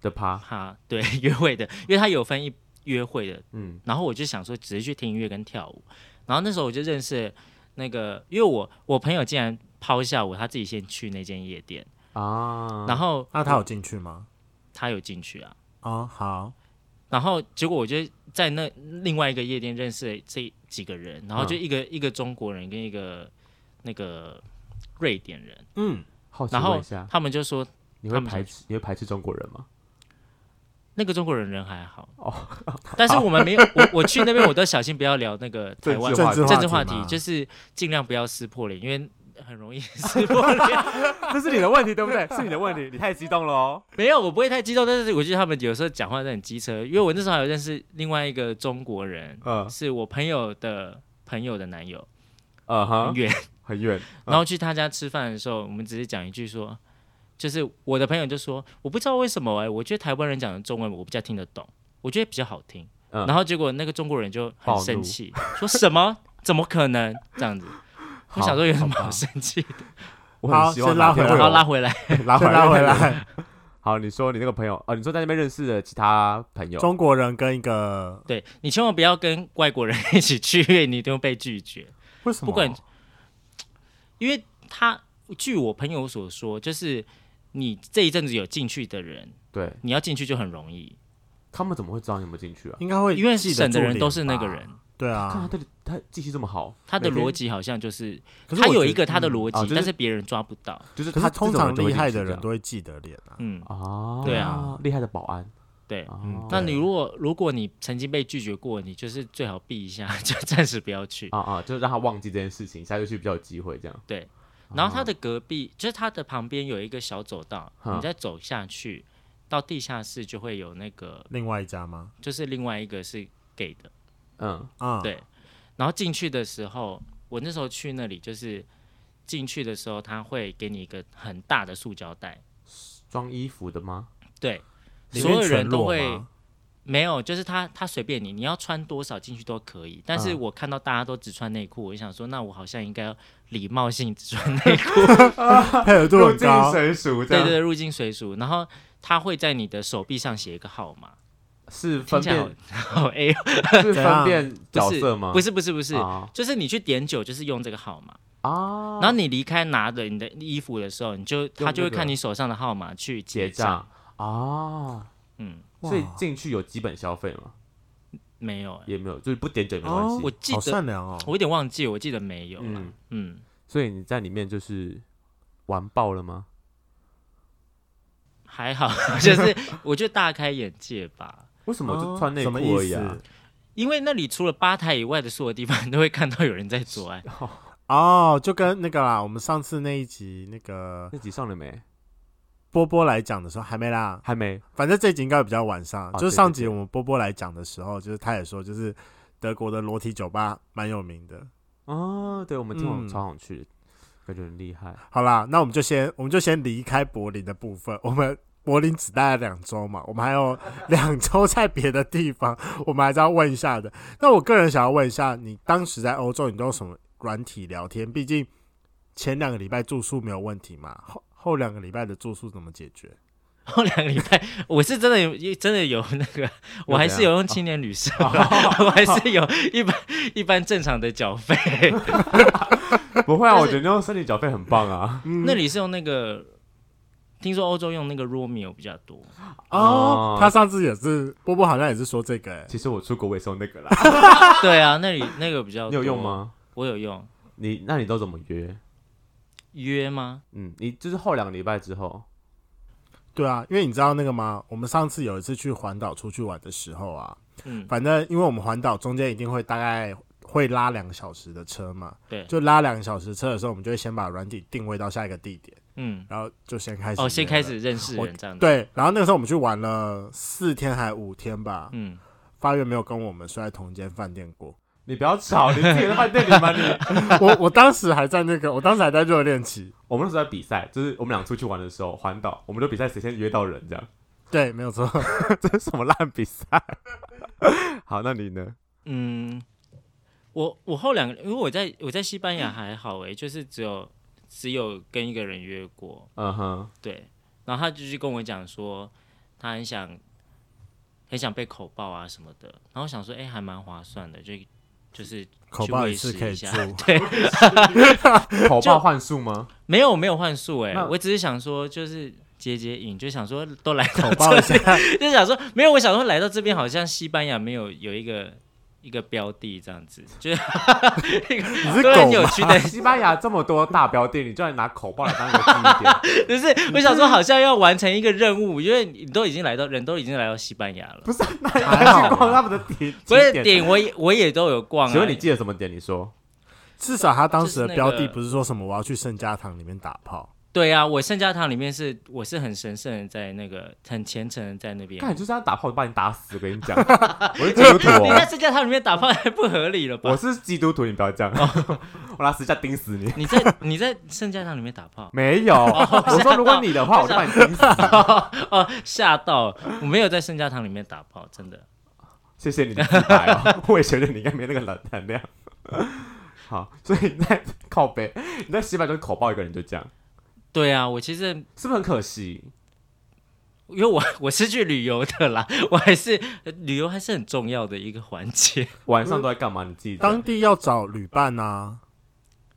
[SPEAKER 2] 的趴，
[SPEAKER 3] 哈，对， 约会的，因为他有分一约会的，
[SPEAKER 2] 嗯，
[SPEAKER 3] 然后我就想说只是去听音乐跟跳舞，然后那时候我就认识那个，因为我我朋友竟然抛下我，他自己先去那间夜店，
[SPEAKER 2] 啊，
[SPEAKER 3] 然后
[SPEAKER 1] 那他有进去吗？
[SPEAKER 3] 他有进去啊，
[SPEAKER 1] 啊，好，
[SPEAKER 3] 然后结果我就在那另外一个夜店认识了这几个人，
[SPEAKER 1] 嗯
[SPEAKER 3] 然后就一个、一个中国人跟一个那个瑞典人。
[SPEAKER 1] 嗯，
[SPEAKER 2] 好奇
[SPEAKER 3] 然
[SPEAKER 2] 问
[SPEAKER 3] 后
[SPEAKER 2] 一下，
[SPEAKER 3] 他们就说
[SPEAKER 2] 你会
[SPEAKER 3] 他们
[SPEAKER 2] 排斥你会排斥中国人吗？
[SPEAKER 3] 那个中国人人还好
[SPEAKER 2] 哦，
[SPEAKER 3] 但是我们没有，我我去那边我都小心不要聊那个台湾
[SPEAKER 1] 政治
[SPEAKER 3] 政治
[SPEAKER 1] 话
[SPEAKER 3] 话
[SPEAKER 1] 题
[SPEAKER 3] 题
[SPEAKER 1] 吗，
[SPEAKER 3] 就是尽量不要撕破脸，因为很容易撕破脸。
[SPEAKER 2] 这是你的问题，对不对？是你的问题，你太激动了哦。
[SPEAKER 3] 没有，我不会太激动，但是我觉得他们有时候讲话都很机车，因为我那时候还有认识另外一个中国人，
[SPEAKER 2] 嗯
[SPEAKER 3] 是我朋友的朋友的男友，
[SPEAKER 2] 嗯
[SPEAKER 3] 很
[SPEAKER 2] 哼，
[SPEAKER 3] 远。
[SPEAKER 2] 很远，
[SPEAKER 3] 然后去他家吃饭的时候，我们只是讲一句说，就是我的朋友就说，我不知道为什么哎、我觉得台湾人讲的中文我比较听得懂，我觉得比较好听。
[SPEAKER 2] 嗯
[SPEAKER 3] 然后结果那个中国人就
[SPEAKER 2] 暴
[SPEAKER 3] 很
[SPEAKER 2] 怒
[SPEAKER 3] 生气，说什么？怎么可能这样子？我想说有什么好生气的？
[SPEAKER 2] 我
[SPEAKER 1] 好
[SPEAKER 2] 很希望
[SPEAKER 1] 先拉
[SPEAKER 2] 哪天
[SPEAKER 1] 回来
[SPEAKER 2] 会有
[SPEAKER 3] 然后拉回来，
[SPEAKER 2] 拉回
[SPEAKER 1] 再
[SPEAKER 2] 来
[SPEAKER 1] 拉回。来，
[SPEAKER 2] 好，你说你那个朋友，哦，你说在那边认识的其他朋友，
[SPEAKER 1] 中国人跟一个
[SPEAKER 3] 对你千万不要跟外国人 一起去，因为你一定会被拒绝。
[SPEAKER 1] 为什么？
[SPEAKER 3] 不管，因为他据我朋友所说，就是你这一阵子有进去的人，
[SPEAKER 2] 对
[SPEAKER 3] 你要进去就很容易，
[SPEAKER 2] 他们怎么会知道你有没有进去啊？
[SPEAKER 1] 应该会
[SPEAKER 3] 因为
[SPEAKER 1] 记得
[SPEAKER 3] 省的
[SPEAKER 1] 住
[SPEAKER 3] 人都
[SPEAKER 1] 脸
[SPEAKER 3] 是那个
[SPEAKER 1] 吧
[SPEAKER 3] 人，
[SPEAKER 1] 对
[SPEAKER 2] 看他
[SPEAKER 1] 啊，
[SPEAKER 2] 对你他记性这么好，
[SPEAKER 3] 他的
[SPEAKER 2] 每天
[SPEAKER 3] 逻辑好像就是
[SPEAKER 1] 可是
[SPEAKER 3] 他
[SPEAKER 1] 我
[SPEAKER 3] 有
[SPEAKER 1] 觉
[SPEAKER 3] 一
[SPEAKER 1] 得
[SPEAKER 3] 个他的
[SPEAKER 1] 嗯
[SPEAKER 3] 逻辑，
[SPEAKER 2] 哦就是
[SPEAKER 3] 但是别人抓不到。
[SPEAKER 2] 就是
[SPEAKER 1] 可
[SPEAKER 2] 他
[SPEAKER 1] 是通
[SPEAKER 2] 这种
[SPEAKER 1] 常
[SPEAKER 2] 就会
[SPEAKER 1] 厉害
[SPEAKER 2] 进
[SPEAKER 1] 的
[SPEAKER 2] 去
[SPEAKER 1] 人都会记得脸啊，
[SPEAKER 3] 嗯
[SPEAKER 2] 这，样啊，
[SPEAKER 3] 对啊，
[SPEAKER 2] 厉害的保安
[SPEAKER 3] 对。
[SPEAKER 2] 啊
[SPEAKER 1] 嗯
[SPEAKER 3] 那你如果如果你曾经被拒绝过，你就是最好避一下， 就暂时不要去。
[SPEAKER 1] 哦
[SPEAKER 2] 啊啊，就是让他忘记这件事情，下次去比较有机会这样。
[SPEAKER 3] 对，
[SPEAKER 1] 哦
[SPEAKER 3] 然后它的隔壁就是它的旁边有一个小走道，
[SPEAKER 2] 嗯
[SPEAKER 3] 你再走下去到地下室就会有那个，
[SPEAKER 1] 另外一家吗？
[SPEAKER 3] 就是另外一个是给的，
[SPEAKER 2] 嗯，
[SPEAKER 1] 啊、
[SPEAKER 3] 对，然后进去的时候，我那时候去那里就是进去的时候，他会给你一个很大的塑胶袋，
[SPEAKER 2] 装衣服的吗？
[SPEAKER 3] 对，
[SPEAKER 1] 里
[SPEAKER 3] 所
[SPEAKER 1] 面
[SPEAKER 3] 有人
[SPEAKER 1] 全
[SPEAKER 3] 都
[SPEAKER 1] 裸
[SPEAKER 3] 会
[SPEAKER 1] 吗。
[SPEAKER 3] 没有，就是他他随便你，你要穿多少进去都可以。但是
[SPEAKER 2] 嗯
[SPEAKER 3] 我看到大家都只穿内裤，我就想说，那我好像应该要礼貌性只 穿内裤，
[SPEAKER 1] 配合度很
[SPEAKER 2] 进
[SPEAKER 1] 高，
[SPEAKER 2] 水俗这
[SPEAKER 3] 对
[SPEAKER 2] 样
[SPEAKER 3] 对，入境随俗。然后他会在你的手臂上写一个号码，
[SPEAKER 2] 是
[SPEAKER 3] 听
[SPEAKER 2] 分
[SPEAKER 3] 起来好
[SPEAKER 2] 辨
[SPEAKER 3] 好 A 哦
[SPEAKER 1] 怎
[SPEAKER 2] 是分
[SPEAKER 1] 样
[SPEAKER 2] 辨角色吗？
[SPEAKER 3] 不是不是不是，
[SPEAKER 2] 啊
[SPEAKER 3] 就是你去点酒就是用这个号码，
[SPEAKER 2] 啊，
[SPEAKER 3] 然后你离开拿着你的衣服的时候，你就他就会看你手上的号码去
[SPEAKER 2] 结
[SPEAKER 3] 账。
[SPEAKER 2] 账啊，
[SPEAKER 3] 嗯，
[SPEAKER 1] 哇
[SPEAKER 2] 所以进去有基本消费吗？
[SPEAKER 3] 没有、欸，
[SPEAKER 2] 也没有，就是不点酒也没关
[SPEAKER 1] 哦
[SPEAKER 2] 系
[SPEAKER 3] 我。记
[SPEAKER 1] 好
[SPEAKER 3] 得
[SPEAKER 1] 善良哦。
[SPEAKER 3] 我有点忘记，我记得没有了。
[SPEAKER 2] 嗯，
[SPEAKER 3] 嗯，
[SPEAKER 2] 所以你在里面就是玩爆了吗？
[SPEAKER 3] 还好， 就是我就大开眼界吧。
[SPEAKER 2] 为什么
[SPEAKER 1] 哦
[SPEAKER 2] 就穿内
[SPEAKER 1] 什
[SPEAKER 2] 裤
[SPEAKER 1] 么
[SPEAKER 2] 而
[SPEAKER 1] 意
[SPEAKER 2] 已啊
[SPEAKER 1] 思？？
[SPEAKER 3] 因为那里除了吧台以外的所有地方，你都 会看到有人在做爱。
[SPEAKER 1] 哦，就跟那个啦，我们上次那一集那个
[SPEAKER 2] 那集上了没？
[SPEAKER 1] 波波来讲的时候还没啦，
[SPEAKER 2] 还没。
[SPEAKER 1] 反正这集应该比较晚上。
[SPEAKER 2] 哦
[SPEAKER 1] 就是上
[SPEAKER 2] 对
[SPEAKER 1] 集
[SPEAKER 2] 对对
[SPEAKER 1] 我们波波来讲的时候，就是他也说，就是德国的裸体酒吧蛮有名的。
[SPEAKER 2] 哦，对，我们今晚
[SPEAKER 1] 嗯
[SPEAKER 2] 超想去，感觉很厉害。
[SPEAKER 1] 好啦，那我们就先我们就先离开柏林的部分，我们。 柏林只待了两周嘛，我们还有 两周在别的地方，我们还是要问一下的。那我个人想要问一下，你当时在欧洲，你都用什么软体聊天？毕竟前两个礼拜住宿没有问题嘛，后后两个礼拜的住宿怎么解决？
[SPEAKER 3] 后两个礼拜，我是真的有真的有那个，我还是有用青年旅社，
[SPEAKER 2] 哦
[SPEAKER 3] 我还是有一般一般正常的缴费。
[SPEAKER 2] 不会啊，
[SPEAKER 3] 但
[SPEAKER 2] 我
[SPEAKER 3] 是
[SPEAKER 2] 觉得那种身体缴费很棒啊。
[SPEAKER 3] 那里是用那个，听说欧洲用那个 Romeo 比较多。
[SPEAKER 1] 哦
[SPEAKER 2] 哦，
[SPEAKER 1] 他上次也是波波，好像也是说这个、欸，
[SPEAKER 2] 其实我出国我也是用那个啦，
[SPEAKER 3] 对啊，那里那个比较多。
[SPEAKER 2] 你有用？吗？
[SPEAKER 3] 我有用。
[SPEAKER 2] 你那你都怎么约？
[SPEAKER 3] 约吗？
[SPEAKER 2] 嗯，你就是后两个礼拜之后，
[SPEAKER 1] 对啊，因为你知道那个吗？我们上次有一次去环岛出去玩的时候啊，
[SPEAKER 3] 嗯，
[SPEAKER 1] 反正因为我们环岛中间一定会大概会拉两个小时的车嘛，
[SPEAKER 3] 对，
[SPEAKER 1] 就拉两个小时车的时候，我们就会先把软体定位到下一个地点，
[SPEAKER 3] 嗯，
[SPEAKER 1] 然后就先开始
[SPEAKER 3] 哦，先
[SPEAKER 1] 约
[SPEAKER 3] 开
[SPEAKER 1] 了
[SPEAKER 3] 始认识
[SPEAKER 1] 我
[SPEAKER 3] 人这样子。
[SPEAKER 1] 对，然后那个时候我们去玩了四天还五天吧，
[SPEAKER 3] 嗯，
[SPEAKER 1] 发源没有跟我们睡在同一间饭店过，
[SPEAKER 2] 你不要吵，你自己在饭店里吗？你
[SPEAKER 1] 我我当时还在那个，我当时还在热恋期，
[SPEAKER 2] 我们那时候在比赛，就是我们俩出去玩的时候，环岛，我们就比赛谁先约到人，这 样。
[SPEAKER 1] 对，没有 错。
[SPEAKER 2] 这是什么烂比赛？ 好，那你呢？
[SPEAKER 3] 嗯，我我后两个，因为我在我在西班牙还好诶、就是只有只有跟一个人约过，
[SPEAKER 2] 嗯哼，
[SPEAKER 3] 对，然后他就是跟我讲说，他很想很想被口爆啊什么的，然后我想说，哎、还蛮划算的，就就是
[SPEAKER 1] 口
[SPEAKER 3] 去
[SPEAKER 1] 爆
[SPEAKER 3] 喂
[SPEAKER 1] 一次
[SPEAKER 3] 食
[SPEAKER 1] 可以
[SPEAKER 3] 下
[SPEAKER 1] 住
[SPEAKER 3] 对，
[SPEAKER 2] 口
[SPEAKER 3] 就
[SPEAKER 2] 爆幻术吗？
[SPEAKER 3] 没有没有幻术诶、
[SPEAKER 2] 那
[SPEAKER 3] 我只是想说就是解解瘾，就想说都来
[SPEAKER 1] 口
[SPEAKER 3] 到
[SPEAKER 1] 爆一
[SPEAKER 3] 这
[SPEAKER 1] 下
[SPEAKER 3] 里，， 就想说没有，我想说来到这边好像西班牙没有有一个。一个标的这样子，就是一个
[SPEAKER 1] 你是
[SPEAKER 3] 都很
[SPEAKER 1] 狗
[SPEAKER 3] 有
[SPEAKER 1] 吗？
[SPEAKER 3] 趣的
[SPEAKER 2] 啊西班牙这么多大标店，你居然拿口爆来当一个基 点，
[SPEAKER 3] 就是我想说，好像要完成一个任务，因为你都已经来到，人都已经来到西班牙了。
[SPEAKER 2] 不是？那
[SPEAKER 1] 还好
[SPEAKER 2] 你去逛他们的点，
[SPEAKER 3] 不是
[SPEAKER 2] 景点。
[SPEAKER 3] 点我也我也都有逛啊。
[SPEAKER 2] 请问你记得什么点？你说
[SPEAKER 1] 至少他当时
[SPEAKER 3] 就是
[SPEAKER 1] 的
[SPEAKER 3] 那
[SPEAKER 1] 标
[SPEAKER 3] 个
[SPEAKER 1] 的不是说什么我要去圣家堂里面打炮，
[SPEAKER 3] 对啊，我圣家堂里面是我是很神圣的，在那个很虔诚的在那边。
[SPEAKER 2] 看，你就这样打炮，我把你打死。我跟你 讲，我是基督徒
[SPEAKER 3] 你
[SPEAKER 2] 哦
[SPEAKER 3] 在，圣家堂里面打炮太不合理了
[SPEAKER 2] 我
[SPEAKER 3] 吧？哦
[SPEAKER 2] 是基督徒，你不要这样， 我拿十架钉死你。？
[SPEAKER 3] 你在你在圣家堂里面打炮
[SPEAKER 2] 没有，我说如果你的话，我就把你钉死。
[SPEAKER 3] 哦，吓到！我没有在圣家堂里面打炮，真的。
[SPEAKER 2] 谢谢你的自白哦， 我也觉得你应该没那个能能量。 好，所以你在靠背，你在西班牙就是口爆一个人就这样，
[SPEAKER 3] 对啊，我其实
[SPEAKER 2] 是不是很可惜？
[SPEAKER 3] 因为我 我是去旅游的啦，我还是旅游还是很重要的一个环节。
[SPEAKER 2] 晚上都在干嘛？你自己
[SPEAKER 1] 当
[SPEAKER 2] 讲
[SPEAKER 1] 地要找旅伴啊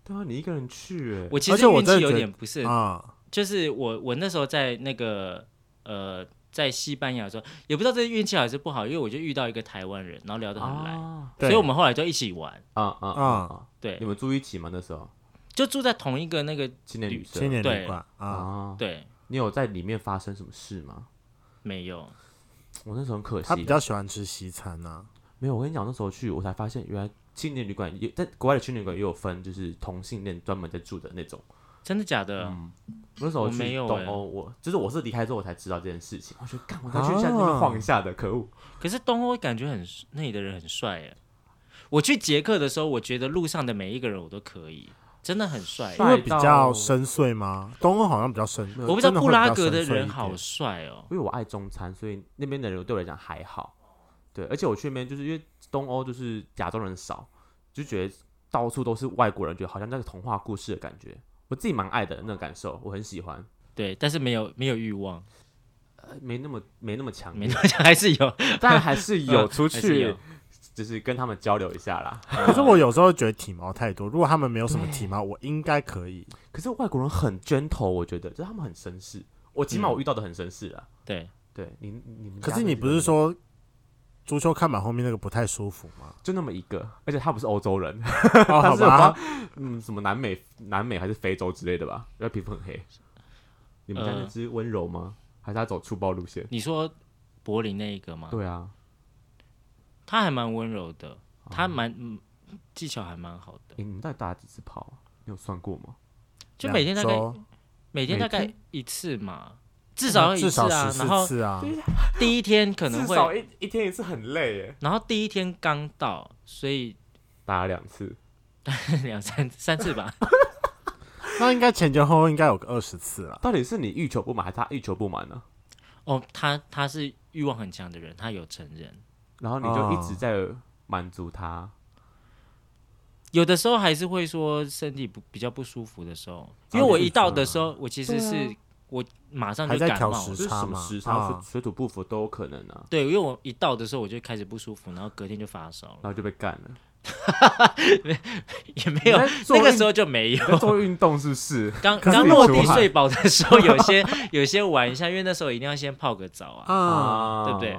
[SPEAKER 2] 对啊，你一个人去、欸，
[SPEAKER 3] 我其
[SPEAKER 1] 而
[SPEAKER 3] 实
[SPEAKER 1] 且我
[SPEAKER 3] 运
[SPEAKER 1] 真的
[SPEAKER 3] 气有
[SPEAKER 1] 觉得
[SPEAKER 3] 点不是很
[SPEAKER 1] 啊，
[SPEAKER 3] 就是我我那时候在那个呃在西班牙的时候，也不知道这是运气好还是不好，因为我就遇到一个台湾人，然后聊得很来，
[SPEAKER 2] 啊
[SPEAKER 1] 对
[SPEAKER 3] 所以我们后来就一起玩，
[SPEAKER 2] 啊啊啊啊！
[SPEAKER 3] 对
[SPEAKER 2] 你，们住一起吗？那时候
[SPEAKER 3] 就住在同一个那个
[SPEAKER 2] 青年旅社
[SPEAKER 1] 青年
[SPEAKER 3] 对嗯
[SPEAKER 1] 旅馆啊，
[SPEAKER 2] 啊，
[SPEAKER 3] 对，
[SPEAKER 2] 你有在里面发生什么事吗？
[SPEAKER 3] 没有，
[SPEAKER 2] 我那时候很可
[SPEAKER 1] 他比
[SPEAKER 2] 惜，
[SPEAKER 1] 较喜欢吃西餐啊，
[SPEAKER 2] 没有。我跟你讲，那时候去我才发现，原来青年旅馆也在国外的青年旅馆也有分，就是同性恋专门在住的那种，
[SPEAKER 3] 真的假的？
[SPEAKER 2] 那时候
[SPEAKER 3] 我
[SPEAKER 2] 去
[SPEAKER 3] 没有
[SPEAKER 2] 东
[SPEAKER 3] 欸
[SPEAKER 2] 欧，我就是我是离开之后我才知道这件事情，我觉得干，我要去
[SPEAKER 3] 啊
[SPEAKER 2] 一下那边晃一下的，可恶！
[SPEAKER 3] 可是东欧感觉很那里的人很帅哎。我去捷克的时候，我觉得路上的每一个人我都可以，真的很帅耶。
[SPEAKER 1] 因
[SPEAKER 2] 帅
[SPEAKER 1] 为比较深邃吗？东欧好像比较深，
[SPEAKER 3] 我不知道布拉格的人好帅哦。
[SPEAKER 2] 因为我爱中餐，所以那边的人对我来讲还好。对，而且我去那边就是因为东欧就是亚洲人少，就觉得到处都是外国人，觉得好像那个童话故事的感觉。我自己蛮爱的那个感受，我很喜欢，
[SPEAKER 3] 对，但是没有没有欲望，
[SPEAKER 2] 呃没那么没那么强
[SPEAKER 3] 没
[SPEAKER 2] 烈，
[SPEAKER 3] 多 想，还是有。
[SPEAKER 2] 但还是有
[SPEAKER 3] 呃
[SPEAKER 2] 出
[SPEAKER 3] 还是
[SPEAKER 2] 去
[SPEAKER 3] 有，
[SPEAKER 2] 就是跟他们交流一下啦。
[SPEAKER 1] 可是我有时候觉得体毛太多，如果他们没有什么体毛，我应该可以。
[SPEAKER 2] 可是外国人很 gentle，我觉得就是他们很绅士。我起码
[SPEAKER 3] 嗯
[SPEAKER 2] 我遇到的很绅士啊。
[SPEAKER 3] 对，
[SPEAKER 2] 对你，你们
[SPEAKER 1] 可
[SPEAKER 2] 家
[SPEAKER 1] 是
[SPEAKER 2] 那
[SPEAKER 1] 你
[SPEAKER 2] 几
[SPEAKER 1] 不
[SPEAKER 2] 个
[SPEAKER 1] 是
[SPEAKER 2] 人
[SPEAKER 1] 说足球看板后面那个不太舒服 吗？
[SPEAKER 2] 就那么一个，而且他不是欧洲人，
[SPEAKER 1] 哦，
[SPEAKER 2] 他
[SPEAKER 1] 好
[SPEAKER 2] 是有帮
[SPEAKER 1] 吧，
[SPEAKER 2] 嗯什么南美、南美还是非洲之类的吧？因为他皮肤很黑。你们家
[SPEAKER 1] 嗯
[SPEAKER 2] 那只温柔吗？还是他走粗暴路线？
[SPEAKER 3] 你说柏林那一个吗？
[SPEAKER 2] 对啊，
[SPEAKER 3] 他还蛮温柔的，
[SPEAKER 1] 哦
[SPEAKER 3] 他蛮、嗯技巧还蛮好的
[SPEAKER 2] 诶，，你们到底打了几次炮啊？你有算过吗？
[SPEAKER 3] 就每天大
[SPEAKER 1] 两
[SPEAKER 3] 概
[SPEAKER 1] 周哦
[SPEAKER 3] 每天
[SPEAKER 2] 每
[SPEAKER 3] 大概一次嘛，至少要一
[SPEAKER 1] 至
[SPEAKER 3] 次
[SPEAKER 1] 少
[SPEAKER 3] 啊
[SPEAKER 1] 十。
[SPEAKER 3] 然后
[SPEAKER 1] 四次啊，
[SPEAKER 3] 第一天可能会，
[SPEAKER 2] 一一天一次很累耶。
[SPEAKER 3] 然后第一天刚到，所以
[SPEAKER 2] 打了两次，
[SPEAKER 3] 两三三次吧。
[SPEAKER 1] 那应该前前后后应该有个二十次了。
[SPEAKER 2] 到底是你欲求不满，还是他欲求不满呢、
[SPEAKER 3] 哦，他他是欲望很强的人，他有承认，
[SPEAKER 2] 然后你
[SPEAKER 1] 啊
[SPEAKER 2] 就一直在满足他。
[SPEAKER 3] 有的时候还是会说身体不比较不舒服的时候，因
[SPEAKER 1] 哦
[SPEAKER 3] 为我
[SPEAKER 1] 你
[SPEAKER 3] 一
[SPEAKER 1] 是
[SPEAKER 3] 到
[SPEAKER 1] 这
[SPEAKER 3] 的
[SPEAKER 1] 样
[SPEAKER 3] 时候，我其实是、我马上
[SPEAKER 1] 嗯还
[SPEAKER 3] 就
[SPEAKER 1] 在
[SPEAKER 3] 感
[SPEAKER 1] 调
[SPEAKER 3] 冒
[SPEAKER 1] 时
[SPEAKER 3] 了
[SPEAKER 2] 就是什么时
[SPEAKER 1] 时差
[SPEAKER 2] 差、
[SPEAKER 1] 嘛啊
[SPEAKER 2] 水水土不服都有可能啊，
[SPEAKER 3] 对，因为我一到的时候我就开始不舒服，然后隔天就发烧了
[SPEAKER 2] 然，后就被干了。
[SPEAKER 3] 也没有
[SPEAKER 2] 你在做
[SPEAKER 3] 哎那个
[SPEAKER 2] 运
[SPEAKER 3] 时候就没有
[SPEAKER 2] 你。在做运动是不是？
[SPEAKER 3] 刚
[SPEAKER 1] 可是
[SPEAKER 3] 刚
[SPEAKER 1] 你
[SPEAKER 3] 落
[SPEAKER 1] 出
[SPEAKER 3] 地
[SPEAKER 1] 汗
[SPEAKER 3] 睡饱的时候，有些有些玩一下，因为那时候一定要先泡个澡啊。
[SPEAKER 1] 啊，
[SPEAKER 3] 对不对？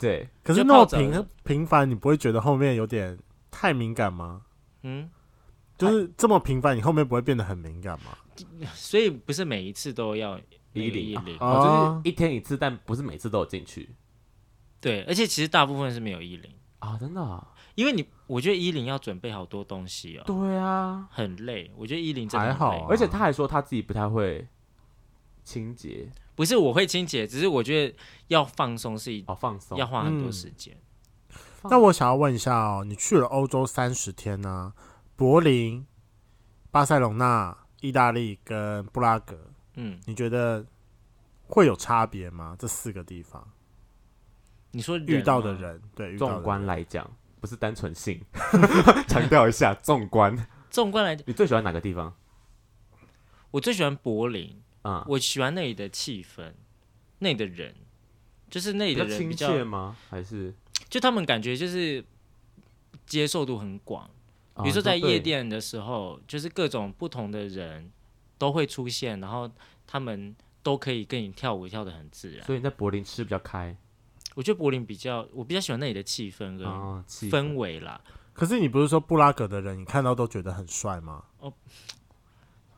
[SPEAKER 2] 对，
[SPEAKER 1] 可是
[SPEAKER 3] 就
[SPEAKER 1] 那么
[SPEAKER 3] 泡澡
[SPEAKER 1] 频
[SPEAKER 3] 了
[SPEAKER 1] 频繁，你不会觉得后面有点太敏感吗？
[SPEAKER 3] 嗯，
[SPEAKER 1] 就是这么频繁，你后面不会变得很敏感吗？
[SPEAKER 3] 所以不是每一次都要那个
[SPEAKER 2] 一零
[SPEAKER 3] 一零，
[SPEAKER 2] 哦，就是一天一次，但不是每次都有进去
[SPEAKER 3] 对，而且其实大部分是没有一零，
[SPEAKER 2] 啊，真的啊、
[SPEAKER 3] 因为你我觉得一零要准备好多东西哦，
[SPEAKER 2] 对啊，
[SPEAKER 3] 很累。我觉得一零真的
[SPEAKER 1] 还
[SPEAKER 3] 很
[SPEAKER 1] 好
[SPEAKER 3] 累
[SPEAKER 1] 啊
[SPEAKER 2] 而且他还说他自己不太会清洁，
[SPEAKER 3] 不是我会清洁，只是我觉得要放松是一
[SPEAKER 2] 好哦放松
[SPEAKER 3] 要，花很多
[SPEAKER 1] 嗯
[SPEAKER 3] 时间。
[SPEAKER 1] 那我想要问一下哦，你去了欧洲三十天呢、柏林、巴塞隆纳、意大利跟布拉格，
[SPEAKER 3] 嗯，
[SPEAKER 1] 你觉得会有差别吗？这四个地方
[SPEAKER 3] 你说
[SPEAKER 1] 遇到的
[SPEAKER 3] 吗，
[SPEAKER 1] 人，对，遇到的
[SPEAKER 2] 纵
[SPEAKER 1] 人
[SPEAKER 2] 观来讲，不是单纯性，强调一下，纵观，
[SPEAKER 3] 纵观来讲，
[SPEAKER 2] 你最喜欢哪个地方？
[SPEAKER 3] 我最喜欢柏林，
[SPEAKER 2] 嗯，
[SPEAKER 3] 我喜欢那里的气氛，那里的人，就是那里的
[SPEAKER 2] 较
[SPEAKER 3] 人
[SPEAKER 2] 亲
[SPEAKER 3] 比较
[SPEAKER 2] 切吗？还是
[SPEAKER 3] 就他们感觉就是接受度很广，
[SPEAKER 2] 哦
[SPEAKER 3] 比如说在夜，店的时候，就是各种不同的人都会出现，然后他们都可以跟你跳舞跳得很自
[SPEAKER 2] 啊对
[SPEAKER 3] 然。
[SPEAKER 2] 所以你在柏林吃比较开
[SPEAKER 3] 我觉得柏林比较，我比较喜欢那里的气氛跟
[SPEAKER 2] 啊，气
[SPEAKER 3] 氛围啦。
[SPEAKER 1] 可是你不是说布拉格的人，你看到都觉得很帅吗？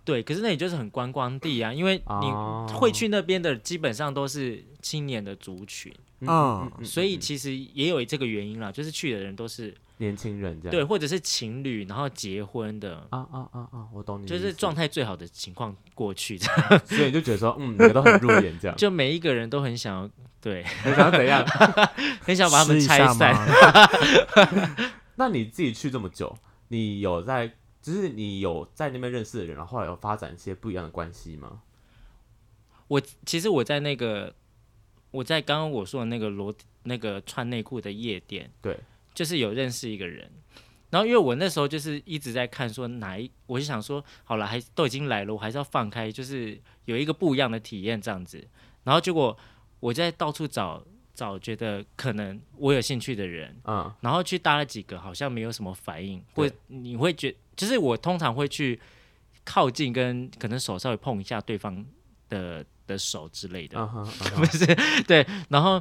[SPEAKER 3] 对，可是那里就是很观光地啊，因为
[SPEAKER 2] 哦
[SPEAKER 3] 你会去那边的基本上都是青年的族群，
[SPEAKER 2] 哦
[SPEAKER 1] 嗯，
[SPEAKER 3] 所以其实也有这个原因啦，就是去的人都是
[SPEAKER 2] 年轻人这样，
[SPEAKER 3] 对，或者是情侣，然后结婚的，
[SPEAKER 2] 啊啊啊啊，我懂你的
[SPEAKER 3] 就
[SPEAKER 2] 意思，
[SPEAKER 3] 是状态最好的情况过去，
[SPEAKER 2] 所以你就觉得说，嗯，每个都很入眼 这样，
[SPEAKER 3] 就每一个人都很想要，对，
[SPEAKER 2] 你想怎样？
[SPEAKER 3] 很想把他
[SPEAKER 1] 试
[SPEAKER 3] 们
[SPEAKER 1] 一
[SPEAKER 3] 拆
[SPEAKER 1] 下
[SPEAKER 3] 散。
[SPEAKER 1] 吗？
[SPEAKER 2] 那你自己去这么久，你有在，就是你有在那边认识的人，然后后来有发展一些不一样的关系吗？
[SPEAKER 3] 我其实我在那个我在刚刚我说的那个罗那个穿内裤的夜店，
[SPEAKER 2] 对，
[SPEAKER 3] 就是有认识一个人。然后因为我那时候就是一直在看说哪一，我就想说好了，还都已经来了，我还是要放开，就是有一个不一样的体验这样子。然后结果我在到处找找，觉得可能我有兴趣的人，
[SPEAKER 2] 嗯，
[SPEAKER 3] 然后去搭了几个，好像没有什么反应，
[SPEAKER 2] 对
[SPEAKER 3] 或你会觉，就是我通常会去靠近跟可能手稍微碰一下对方的的手之类的，
[SPEAKER 2] 嗯哼， 嗯
[SPEAKER 3] 不
[SPEAKER 2] 哼
[SPEAKER 3] 是对，然后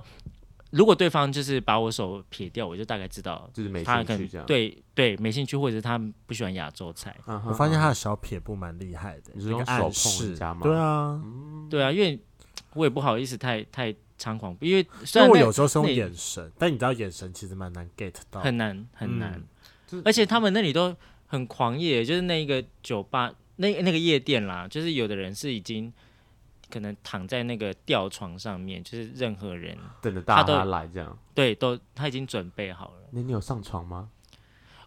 [SPEAKER 3] 如果对方就是把我手撇掉，我就大概知道
[SPEAKER 2] 就是没
[SPEAKER 3] 他
[SPEAKER 2] 兴
[SPEAKER 3] 可
[SPEAKER 2] 趣
[SPEAKER 3] 能
[SPEAKER 2] 这样。，
[SPEAKER 3] 对对没兴趣，或者是他不喜欢亚洲菜，
[SPEAKER 2] 嗯哼，
[SPEAKER 1] 我发现
[SPEAKER 2] 嗯
[SPEAKER 1] 他
[SPEAKER 2] 哼
[SPEAKER 1] 的小撇步蛮厉害的，
[SPEAKER 2] 你是
[SPEAKER 1] 那个
[SPEAKER 2] 用手
[SPEAKER 1] 暗
[SPEAKER 2] 碰
[SPEAKER 1] 示
[SPEAKER 2] 人家吗
[SPEAKER 1] 对啊，
[SPEAKER 3] 对啊，因为我也不好意思太太猖狂，因为
[SPEAKER 1] 所以
[SPEAKER 3] 虽然
[SPEAKER 1] 我
[SPEAKER 3] 那
[SPEAKER 1] 有时候是用
[SPEAKER 3] 那
[SPEAKER 1] 眼神，但你知道眼神其实蛮难 get 到。
[SPEAKER 3] 很难很难
[SPEAKER 1] 哦嗯，
[SPEAKER 2] 就是
[SPEAKER 3] 而且他们那里都很狂野，就是那一个酒吧那那个夜店啦，就是有的人是已经可能躺在那个吊床上面，就是任何人
[SPEAKER 2] 等着大
[SPEAKER 3] 他都
[SPEAKER 2] 家来这样。
[SPEAKER 3] 对都他已经准备好了。
[SPEAKER 2] 那你有上床吗？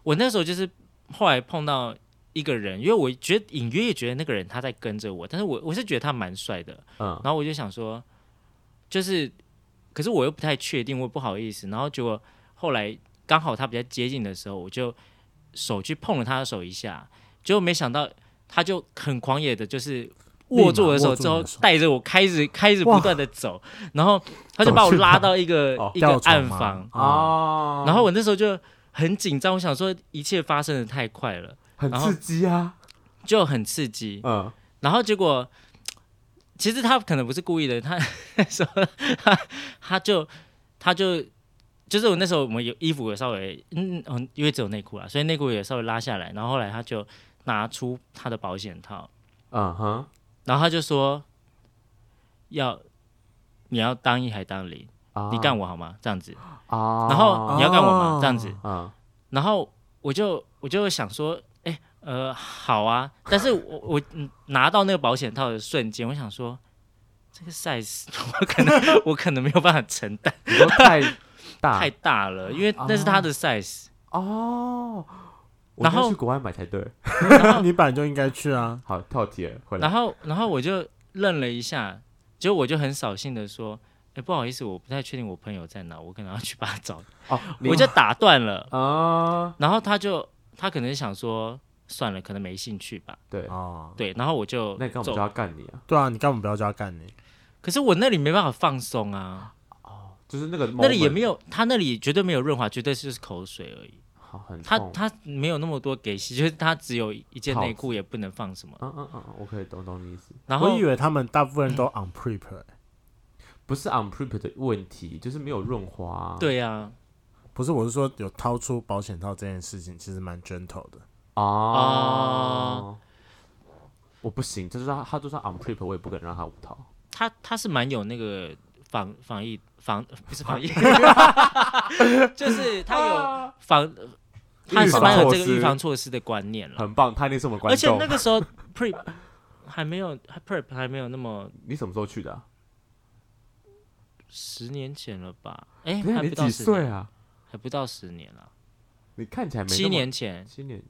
[SPEAKER 3] 我那时候就是后来碰到一个人，因为我觉得隐约也觉得那个人他在跟着我，但是我我是觉得他蛮帅的，
[SPEAKER 2] 嗯，
[SPEAKER 3] 然后我就想说，就是，可是我又不太确定，我也不好意思。然后结果后来刚好他比较接近的时候，我就手去碰了他的手一下，结果没想到他就很狂野的，就是
[SPEAKER 1] 立马
[SPEAKER 3] 握住我的手
[SPEAKER 1] 握住
[SPEAKER 3] 之
[SPEAKER 1] 你
[SPEAKER 3] 后
[SPEAKER 1] 的手，
[SPEAKER 3] 带着我开始开始不
[SPEAKER 1] 哇
[SPEAKER 3] 断的走，然后他就把我
[SPEAKER 1] 走去哪
[SPEAKER 3] 拉到一个
[SPEAKER 2] 哦
[SPEAKER 3] 一个
[SPEAKER 1] 吊床
[SPEAKER 3] 暗
[SPEAKER 1] 吗
[SPEAKER 3] 房，
[SPEAKER 1] 啊，
[SPEAKER 3] 嗯
[SPEAKER 2] 哦，
[SPEAKER 3] 然后我那时候就很紧张，我想说一切发生的太快了，
[SPEAKER 2] 很
[SPEAKER 3] 然后
[SPEAKER 2] 刺激啊，
[SPEAKER 3] 就很刺激。
[SPEAKER 2] 嗯，
[SPEAKER 3] 然后结果，其实他可能不是故意的，他 说他他就他就就是我那时候我们有衣服也稍微嗯嗯，因为只有内裤啦，所以内裤也稍微拉下来。然后后来他就拿出他的保险套，
[SPEAKER 2] 嗯哼，
[SPEAKER 3] 然后他就说要你要当一还当零，
[SPEAKER 2] 啊
[SPEAKER 3] 你干我好吗？这样子，
[SPEAKER 2] 啊，
[SPEAKER 3] 然后你要干我吗
[SPEAKER 1] 哦？
[SPEAKER 3] 这样子，
[SPEAKER 2] 嗯，
[SPEAKER 3] 然后我就我就想说，哎、呃，好啊，但是我我嗯拿到那个保险套的瞬间，我想说，这个 size 我可 能我可能没有办法承担，
[SPEAKER 2] 你说太大
[SPEAKER 3] 太大了，因为那是他的 size，、
[SPEAKER 2] 哦，我
[SPEAKER 3] 然
[SPEAKER 2] 应该
[SPEAKER 3] 后
[SPEAKER 2] 去国外买才对。
[SPEAKER 1] 你本来就应该去啊。
[SPEAKER 2] 好，跳题了，回来
[SPEAKER 3] 然。后然后我就愣了一下，结果我就很扫兴的说。哎、不好意思，我不太确定我朋友在哪，我可能要去把他找。
[SPEAKER 2] 哦，你
[SPEAKER 3] 我就打断了，
[SPEAKER 2] 啊，
[SPEAKER 3] 然后他就他可能想说算了，可能没兴趣吧。
[SPEAKER 2] 对，
[SPEAKER 1] 哦，
[SPEAKER 3] 对，然后我就
[SPEAKER 2] 那你干嘛
[SPEAKER 3] 走
[SPEAKER 2] 就要干你啊？
[SPEAKER 1] 对啊，你干嘛不要叫他干你？
[SPEAKER 3] 可是我那里没办法放松啊。
[SPEAKER 2] 就是那个
[SPEAKER 3] 那里也
[SPEAKER 2] moment
[SPEAKER 3] 没有，他那里绝对没有润滑，绝对就是口水而已。
[SPEAKER 2] 好很
[SPEAKER 3] 他
[SPEAKER 2] 痛
[SPEAKER 3] 他没有那么多给洗，就是他只有一件
[SPEAKER 2] 哦套
[SPEAKER 3] 内裤，也不能放什么。
[SPEAKER 2] 嗯嗯嗯，嗯我可以懂懂你意思，
[SPEAKER 3] 然
[SPEAKER 1] 我
[SPEAKER 3] 后嗯
[SPEAKER 1] 以为他们大部分人都 on prep，欸、
[SPEAKER 2] 不是 unprepared 的问题，就是没有润滑啊。
[SPEAKER 3] 对啊，
[SPEAKER 1] 不是，我是说有掏出保险套这件事情其实蛮 gentle 的。
[SPEAKER 3] 啊
[SPEAKER 2] 哦，啊我不行，就是他他就算 unprepared，我也不敢让他无套。
[SPEAKER 3] 他他是蛮有那个防防疫防不是 防疫，就是他
[SPEAKER 2] 啊
[SPEAKER 3] 有防，他
[SPEAKER 2] 预
[SPEAKER 3] 是
[SPEAKER 2] 防
[SPEAKER 3] 蛮有
[SPEAKER 2] 措
[SPEAKER 3] 这个预
[SPEAKER 2] 施
[SPEAKER 3] 防措施的观念了。
[SPEAKER 2] 很棒，他一定是我 们观
[SPEAKER 3] 而且
[SPEAKER 2] 众
[SPEAKER 3] 那。个时候 pre 还没有 prep 还没有那么
[SPEAKER 2] 你什么时候去的啊？
[SPEAKER 3] 十年前了吧？哎、
[SPEAKER 2] 等一下
[SPEAKER 3] 还
[SPEAKER 2] 你
[SPEAKER 3] 不到
[SPEAKER 2] 几
[SPEAKER 3] 十
[SPEAKER 2] 岁
[SPEAKER 3] 年，
[SPEAKER 2] 啊？
[SPEAKER 3] 还不到十年了，
[SPEAKER 2] 你看起来没那么
[SPEAKER 3] 七年前，
[SPEAKER 2] 七年，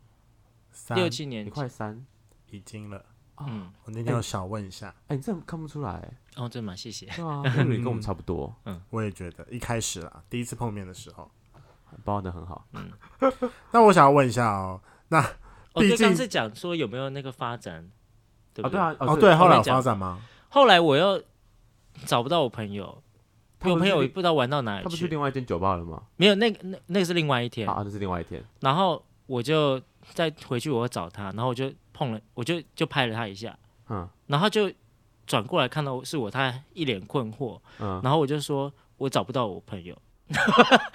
[SPEAKER 1] 三
[SPEAKER 3] 六七年
[SPEAKER 2] 你
[SPEAKER 3] 前，
[SPEAKER 2] 快三。
[SPEAKER 1] 已经了，
[SPEAKER 3] 嗯，
[SPEAKER 1] 我那天有小问一下，
[SPEAKER 2] 哎，你这看不出来，
[SPEAKER 3] 哦，真的蛮谢谢。
[SPEAKER 2] 对 啊，因为你跟我们差不多，
[SPEAKER 1] 我也觉得一开始啦，第一次碰面的时候，
[SPEAKER 2] 包的很好。
[SPEAKER 1] 那我想要问一下哦，
[SPEAKER 3] 哦，
[SPEAKER 1] 毕
[SPEAKER 3] 对，刚
[SPEAKER 1] 竟
[SPEAKER 3] 是讲说有没有那个发展，对不
[SPEAKER 2] 啊，
[SPEAKER 3] 对？
[SPEAKER 2] 对啊，
[SPEAKER 1] 哦对，后来有
[SPEAKER 3] 讲
[SPEAKER 1] 发展吗？
[SPEAKER 3] 后来我又找不到我朋友，
[SPEAKER 2] 他
[SPEAKER 3] 我
[SPEAKER 2] 不
[SPEAKER 3] 朋
[SPEAKER 2] 是
[SPEAKER 3] 友
[SPEAKER 2] 去
[SPEAKER 3] 也不知道玩到哪
[SPEAKER 2] 他
[SPEAKER 3] 里
[SPEAKER 2] 不是去
[SPEAKER 3] 去，
[SPEAKER 2] 另外一间酒吧了吗？
[SPEAKER 3] 没有那个那那个是另外一天，
[SPEAKER 2] 啊，那是另外一天。
[SPEAKER 3] 然后我就再回去我又找他，然后我就碰了，我就就拍了他一下，
[SPEAKER 2] 嗯
[SPEAKER 3] 然后他就转过来看到是我，他一脸困惑，
[SPEAKER 2] 嗯，
[SPEAKER 3] 然后我就说我找不到我朋友，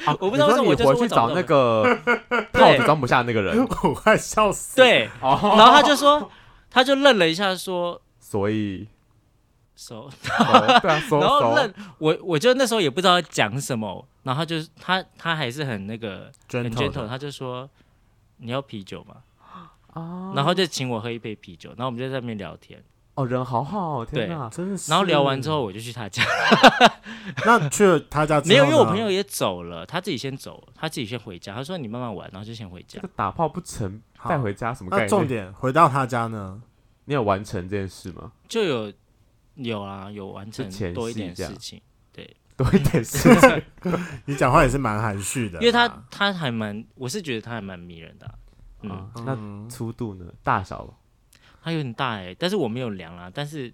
[SPEAKER 2] 啊
[SPEAKER 3] 我不知道为什么
[SPEAKER 2] 你
[SPEAKER 3] 我就
[SPEAKER 2] 说
[SPEAKER 3] 说
[SPEAKER 2] 你回去
[SPEAKER 3] 我找
[SPEAKER 2] 找
[SPEAKER 3] 不到
[SPEAKER 2] 那个 套子装不下那个人，
[SPEAKER 1] 我快笑死。，
[SPEAKER 3] 对，
[SPEAKER 2] 哦，
[SPEAKER 3] 然后他就说，他就愣了一下说。
[SPEAKER 2] 所以
[SPEAKER 3] 手
[SPEAKER 2] 熟对啊，熟
[SPEAKER 3] 然后
[SPEAKER 2] 熟
[SPEAKER 3] 愣我，我就那时候也不知道讲什么，然后就是他他还是很那个很
[SPEAKER 1] gentle，
[SPEAKER 3] gentle，
[SPEAKER 1] 的
[SPEAKER 3] 他就说你要啤酒吗？
[SPEAKER 2] 啊，
[SPEAKER 3] 然后就请我喝一杯啤酒，然后我们就在那边聊天，
[SPEAKER 2] 哦，人好好，天哪，
[SPEAKER 1] 真的是。
[SPEAKER 3] 然后聊完之，后我就去他家，
[SPEAKER 1] 那去了他家之后
[SPEAKER 3] 没有，因为我
[SPEAKER 1] 呢
[SPEAKER 3] 朋友也走了，他自己先走，他自己先回家，他说你慢慢玩，然后就先回
[SPEAKER 2] 这
[SPEAKER 3] 家
[SPEAKER 2] 个。打炮不成
[SPEAKER 1] 好
[SPEAKER 2] 带回家什么概
[SPEAKER 1] 那
[SPEAKER 2] 念？
[SPEAKER 1] 重点回到他家呢，
[SPEAKER 2] 你有完成这件事吗？
[SPEAKER 3] 就有有啦，有完成
[SPEAKER 2] 就前戏
[SPEAKER 3] 多一点
[SPEAKER 2] 这样
[SPEAKER 3] 事情，
[SPEAKER 2] 多一点事情
[SPEAKER 1] 你讲话也是蛮含蓄
[SPEAKER 2] 啊
[SPEAKER 1] 的啦，
[SPEAKER 3] 因为他他还蛮，我是觉得他还蛮迷人的啊、嗯，
[SPEAKER 2] 啊，那
[SPEAKER 1] 嗯
[SPEAKER 2] 粗度呢？大小，
[SPEAKER 3] 他有点大哎、但是我没有量啦，但是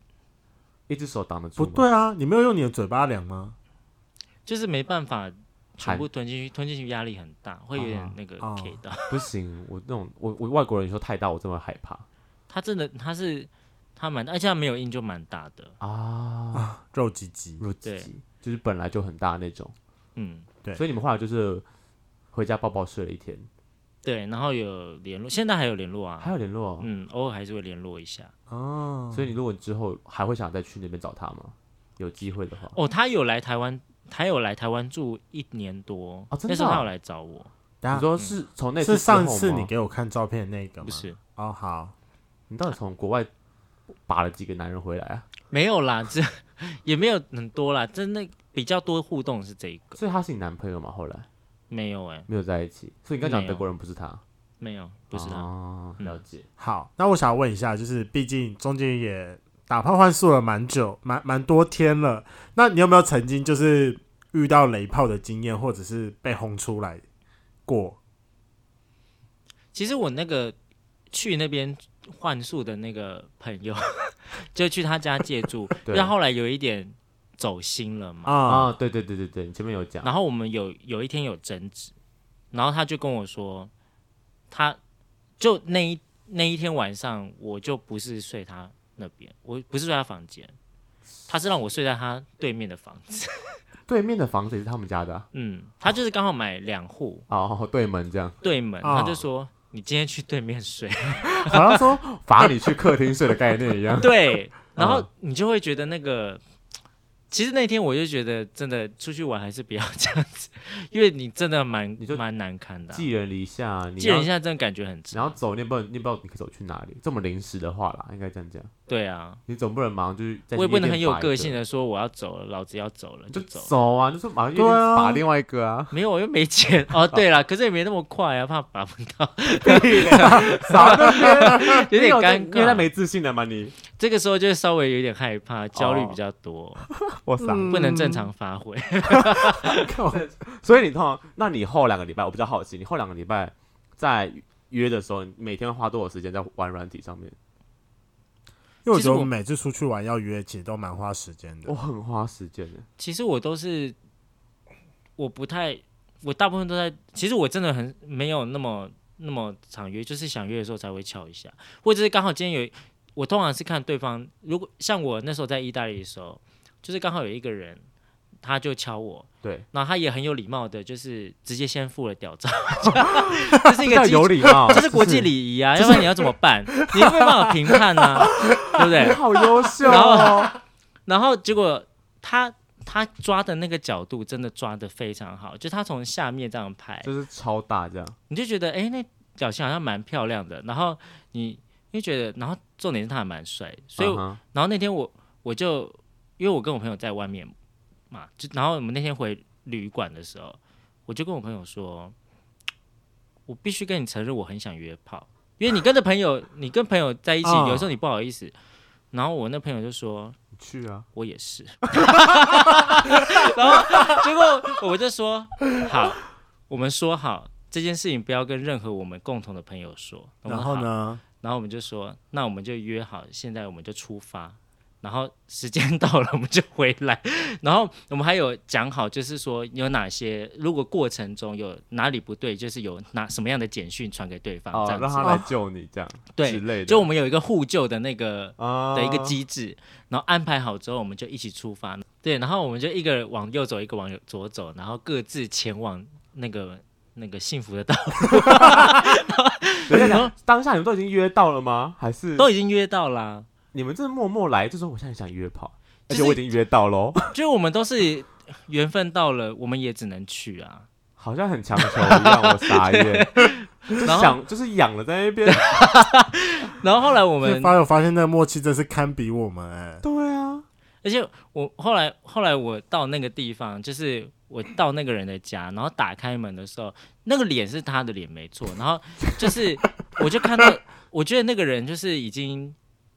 [SPEAKER 2] 一只手挡得住
[SPEAKER 1] 不
[SPEAKER 2] 吗，
[SPEAKER 1] 对啊，你没有用你的嘴巴量吗？
[SPEAKER 3] 就是没办法全
[SPEAKER 2] 含
[SPEAKER 3] 部吞进去，吞进去压力很大，
[SPEAKER 2] 啊
[SPEAKER 3] 会有点那个
[SPEAKER 1] 哦
[SPEAKER 3] K 到。
[SPEAKER 2] 不行，我那种我我外国人你说太大，我真的会害怕
[SPEAKER 3] 他真的他是他蛮，而且他没有印就蛮大的，
[SPEAKER 2] 啊，
[SPEAKER 1] 肉鸡鸡，
[SPEAKER 2] 弱
[SPEAKER 3] 对
[SPEAKER 2] 鸡就是本来就很大那种，
[SPEAKER 3] 嗯，
[SPEAKER 1] 对
[SPEAKER 2] 所以你们后来就是回家抱抱睡了一天，
[SPEAKER 3] 对，然后有联络，现在还有联络
[SPEAKER 2] 还
[SPEAKER 3] 啊，
[SPEAKER 2] 有联络哦，
[SPEAKER 3] 嗯，偶尔还是会联络一下。
[SPEAKER 1] 哦，
[SPEAKER 2] 所以你如果之后还会想再去那边找他吗？有机会的话，
[SPEAKER 3] 哦，他有来台湾，他有来台湾住一年多，
[SPEAKER 2] 哦真的
[SPEAKER 3] 那时候
[SPEAKER 2] 啊
[SPEAKER 3] 他有来找我，
[SPEAKER 1] 等下
[SPEAKER 2] 你说是从那
[SPEAKER 1] 是
[SPEAKER 2] 之后
[SPEAKER 1] 上
[SPEAKER 2] 吗
[SPEAKER 1] 次你给我看照片那个吗？
[SPEAKER 3] 不是
[SPEAKER 1] 哦，好，
[SPEAKER 2] 你到底从国外把了几个男人回来啊？
[SPEAKER 3] 没有啦， 这也没有很多啦，真的比较多互动是这一个，
[SPEAKER 2] 所以他是你男朋友吗？后来
[SPEAKER 3] 没有哎、
[SPEAKER 2] 没有在一起，所以你刚
[SPEAKER 3] 没
[SPEAKER 2] 讲
[SPEAKER 3] 有
[SPEAKER 2] 德国人不是他，
[SPEAKER 3] 没有，不是他，嗯
[SPEAKER 2] 哦，了解。
[SPEAKER 1] 好，那我想问一下，就是毕竟中间也打炮换宿了蛮久，蛮蛮多天了，那你有没有曾经就是遇到雷炮的经验，或者是被轰出来过？
[SPEAKER 3] 其实我那个去那边换宿的那个朋友， 就去他家借住，
[SPEAKER 2] 对
[SPEAKER 3] 但后来有一点走心了嘛。
[SPEAKER 1] 啊、
[SPEAKER 2] 啊，对对对对对，你前面有讲，
[SPEAKER 3] 然后我们有有一天有争执，然后他就跟我说，他就那一那一天晚上，我就不是睡他那边，我不是睡他房间，他是让我睡在他对面的房子。
[SPEAKER 2] 对面的房子也是他们家的 啊
[SPEAKER 3] 嗯，他就是刚好买两户
[SPEAKER 2] 哦，对门这样，
[SPEAKER 3] 对门，
[SPEAKER 1] 啊
[SPEAKER 3] 他就说你今天去对面睡。。
[SPEAKER 2] 好像说罚你去客厅睡的概念一样
[SPEAKER 3] 对，然后
[SPEAKER 2] 嗯
[SPEAKER 3] 你就会觉得那个，其实那天我就觉得真的出去玩还是不要这样子，因为你真的蛮
[SPEAKER 2] 你就
[SPEAKER 3] 蛮难堪的啊、
[SPEAKER 2] 寄人篱下，你
[SPEAKER 3] 寄人
[SPEAKER 2] 要
[SPEAKER 3] 现在真的感觉很
[SPEAKER 2] 然
[SPEAKER 3] 差
[SPEAKER 2] 后。走，你也不知道你也不知道你可以走去哪里。这么临时的话啦，应该这样讲，
[SPEAKER 3] 对啊，
[SPEAKER 2] 你总不能马上就是在
[SPEAKER 3] 我也
[SPEAKER 2] 夜
[SPEAKER 3] 不能
[SPEAKER 2] 店
[SPEAKER 3] 很有
[SPEAKER 2] 把一
[SPEAKER 3] 个性的说我要走了，老子要走了
[SPEAKER 2] 你就
[SPEAKER 3] 走。
[SPEAKER 2] 走啊，就是马上
[SPEAKER 1] 对啊
[SPEAKER 2] 把另外一个 啊，
[SPEAKER 3] 没有，我又没钱 哦。对了，可是也没那么快啊，怕把不到，
[SPEAKER 2] 傻那边
[SPEAKER 3] 有点
[SPEAKER 2] 你
[SPEAKER 3] 尴
[SPEAKER 2] 有点
[SPEAKER 3] 尬。
[SPEAKER 2] 没自信了嘛你？
[SPEAKER 3] 这个时候就稍微有点害怕，焦虑比较多，
[SPEAKER 2] 哦 我傻，
[SPEAKER 1] 嗯
[SPEAKER 3] 不能正常发挥。
[SPEAKER 2] 所以你通常，那你后两个礼拜，我比较好奇，你后两个礼拜在约的时候，你每天会花多少时间在玩软体上面？
[SPEAKER 1] 因为我
[SPEAKER 3] 其
[SPEAKER 1] 觉
[SPEAKER 3] 实
[SPEAKER 1] 得
[SPEAKER 3] 我
[SPEAKER 1] 我们每次出去玩要约，其实都蛮花时间的
[SPEAKER 2] 我。很花时间的，
[SPEAKER 3] 其实我都是，我不太，我大部分都在。其实我真的很没有那么那么常约，就是想约的时候才会敲一下，或者是刚好今天有，我通常是看对方。如果像我那时候在意大利的时候，就是刚好有一个人，他就敲我，
[SPEAKER 2] 对，
[SPEAKER 3] 然后他也很有礼貌的，就是直接先付了屌照， 这是一
[SPEAKER 2] 这
[SPEAKER 3] 个
[SPEAKER 2] 叫
[SPEAKER 3] 基
[SPEAKER 2] 有礼貌，
[SPEAKER 3] 这是国际 礼仪啊，要不然你要怎么办？你没办法评判啊，对不对
[SPEAKER 2] 你？好优秀
[SPEAKER 3] 然
[SPEAKER 2] 哦，
[SPEAKER 3] 然后结果他他抓的那个角度真的抓的非常好，就他从下面这样拍，
[SPEAKER 2] 就是超大这样，
[SPEAKER 3] 你就觉得哎、诶那表情好像蛮漂亮的。然后你又觉得，然后重点是他还蛮帅，所以、
[SPEAKER 2] 嗯哼
[SPEAKER 3] 然后那天我我就因为我跟我朋友在外面嘛，就然后我们那天回旅馆的时候，我就跟我朋友说，我必须跟你承认我很想约炮，因为你跟着朋友，你跟朋友在一起，
[SPEAKER 1] 啊
[SPEAKER 3] 有时候你不好意思。然后我那朋友就说，
[SPEAKER 2] 你去啊，
[SPEAKER 3] 我也是。 然后结果我就说好，我们说好这件事情不要跟任何我们共同的朋友说。我们
[SPEAKER 1] 然后
[SPEAKER 3] 好？
[SPEAKER 1] 呢？
[SPEAKER 3] 然后我们就说，那我们就约好，现在我们就出发。然后时间到了，我们就回来。 然后我们还有讲好，就是说有哪些，如果过程中有哪里不对，就是有哪什么样的简讯传给对方，
[SPEAKER 2] 哦
[SPEAKER 3] 啊这，样
[SPEAKER 2] 让
[SPEAKER 3] 子。
[SPEAKER 2] 他来救你这样之
[SPEAKER 3] 对，
[SPEAKER 2] 类的，
[SPEAKER 3] 就我们有一个互救的那个
[SPEAKER 2] 啊
[SPEAKER 3] 的一个机制，然后安排好之后，我们就一起出发。对，然后我们就一个往右走，一个往右左走，然后各自前往那个那个幸福的道路，
[SPEAKER 2] 等一下，当下你们都已经约到了吗？还是
[SPEAKER 3] 都已经约到啦。
[SPEAKER 2] 你们这默默来，就说我现在想约炮，而
[SPEAKER 3] 就是
[SPEAKER 2] 且我已经约到 喽，
[SPEAKER 3] 就是我们都是缘分到了，我们也只能去啊。
[SPEAKER 2] 好像很强求一样，我傻眼， 就
[SPEAKER 3] 然后
[SPEAKER 2] 想就是养了在那边，
[SPEAKER 3] 然后后来我
[SPEAKER 1] 我们
[SPEAKER 3] 们，
[SPEAKER 1] 发友发现那个默契真是堪比我们哎、
[SPEAKER 2] 对啊，
[SPEAKER 3] 而且我后来后来我到那个地方，就是我到那个人的家，然后打开门的时候，那个脸是他的脸没错，然后就是我就看到， 我觉得那个人就是已经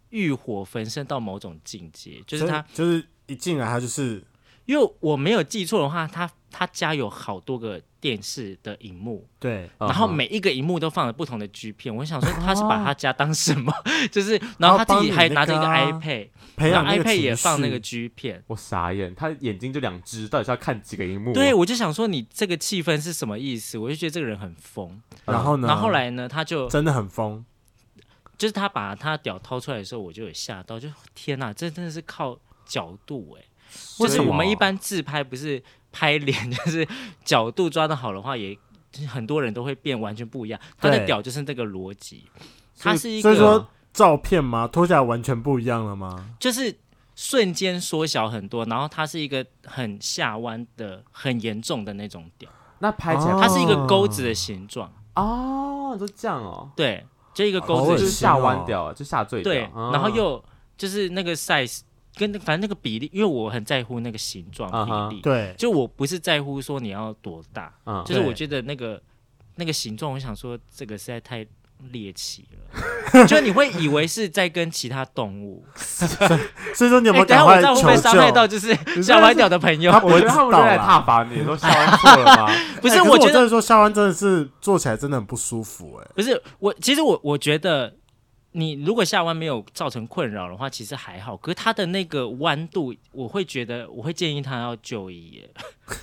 [SPEAKER 3] 欲火焚身到某种境界，就是他。
[SPEAKER 1] 所以就是一进来他就是
[SPEAKER 3] 因为我没有记错的话，他他家有好多个电视的荧幕，
[SPEAKER 1] 对，
[SPEAKER 3] 然后
[SPEAKER 2] 嗯哼
[SPEAKER 3] 每一个荧幕都放了不同的剧片。我想说他是把他家当什么？ 就是然后他自己还拿着一个
[SPEAKER 1] 帮你那啊
[SPEAKER 3] iPad，、
[SPEAKER 1] 培
[SPEAKER 3] 然
[SPEAKER 1] 养
[SPEAKER 3] 后
[SPEAKER 1] 那个
[SPEAKER 3] iPad 也
[SPEAKER 1] 情
[SPEAKER 3] 放那
[SPEAKER 1] 绪
[SPEAKER 3] 个剧片。
[SPEAKER 2] 我傻眼，他眼睛就两只，到底是要看几个荧
[SPEAKER 1] 哦
[SPEAKER 2] 幕？
[SPEAKER 3] 对，我就想说你这个气氛是什么意思？我就觉得这个人很疯。
[SPEAKER 2] 嗯
[SPEAKER 1] 然后呢？
[SPEAKER 3] 然后后来呢，他就
[SPEAKER 1] 真的很疯，
[SPEAKER 3] 就是他把他屌掏出来的时候，我就有吓到，就天哪，这真的是靠角度哎、
[SPEAKER 2] 所
[SPEAKER 3] 就
[SPEAKER 2] 以
[SPEAKER 3] 是我们一
[SPEAKER 2] 哦
[SPEAKER 3] 般自拍不是拍脸， 就是角度抓的好的话，也就是很多人都会变完全不一样。他的
[SPEAKER 1] 对
[SPEAKER 3] 屌就是那个逻辑，
[SPEAKER 2] 所
[SPEAKER 3] 它
[SPEAKER 2] 以
[SPEAKER 3] 是一
[SPEAKER 1] 所以
[SPEAKER 3] 个
[SPEAKER 1] 说照片吗？脱下来完全不一样了吗？
[SPEAKER 3] 就是瞬间缩小很多，然后它是一个很下弯的、很严重的那种屌，
[SPEAKER 2] 那拍起来
[SPEAKER 1] 哦
[SPEAKER 3] 它是一个钩子的形状。
[SPEAKER 2] 哦，你说这样哦，
[SPEAKER 3] 对，就一个
[SPEAKER 1] 好
[SPEAKER 3] 钩
[SPEAKER 1] 恶
[SPEAKER 2] 就
[SPEAKER 3] 子
[SPEAKER 1] 心
[SPEAKER 2] 是下
[SPEAKER 1] 哦
[SPEAKER 2] 弯掉啊，就下坠掉
[SPEAKER 3] 对，，
[SPEAKER 2] 嗯
[SPEAKER 3] 然后又就是那个 size 跟那个反正那个比例，因为我很在乎那个形状
[SPEAKER 2] 嗯哼
[SPEAKER 3] 比例，
[SPEAKER 1] 啊对，啊
[SPEAKER 3] 就我不是在乎说你要多大，
[SPEAKER 2] 嗯
[SPEAKER 3] 就是我
[SPEAKER 1] 对
[SPEAKER 3] 觉得那个那个形状，我想说这个实在太猎奇 了，就你会以为是在跟其他动物。
[SPEAKER 1] 所以说你有没
[SPEAKER 3] 哎
[SPEAKER 1] 有
[SPEAKER 3] 等
[SPEAKER 1] 赶
[SPEAKER 3] 一下我
[SPEAKER 1] 快
[SPEAKER 3] 这样会不会
[SPEAKER 1] 求
[SPEAKER 3] 伤害
[SPEAKER 1] 救
[SPEAKER 3] 到？就是
[SPEAKER 1] 你
[SPEAKER 3] 下
[SPEAKER 1] 真的
[SPEAKER 3] 弯
[SPEAKER 1] 是
[SPEAKER 3] 屌的朋友？
[SPEAKER 1] 他
[SPEAKER 2] 我觉得他们都
[SPEAKER 1] 不知
[SPEAKER 2] 在
[SPEAKER 1] 道啦
[SPEAKER 2] 踏伐你，都笑完错了 吗？
[SPEAKER 3] 不是，
[SPEAKER 1] 哎可
[SPEAKER 3] 我
[SPEAKER 1] 我
[SPEAKER 3] 觉
[SPEAKER 1] 真
[SPEAKER 3] 得
[SPEAKER 1] 的说下弯真的是做起来真的很不舒服哎、
[SPEAKER 3] 不是我，其实我我觉得。你如果下弯没有造成困扰的话，其实还好。可是它的那个弯度，我会觉得，我会建议他要就医耶，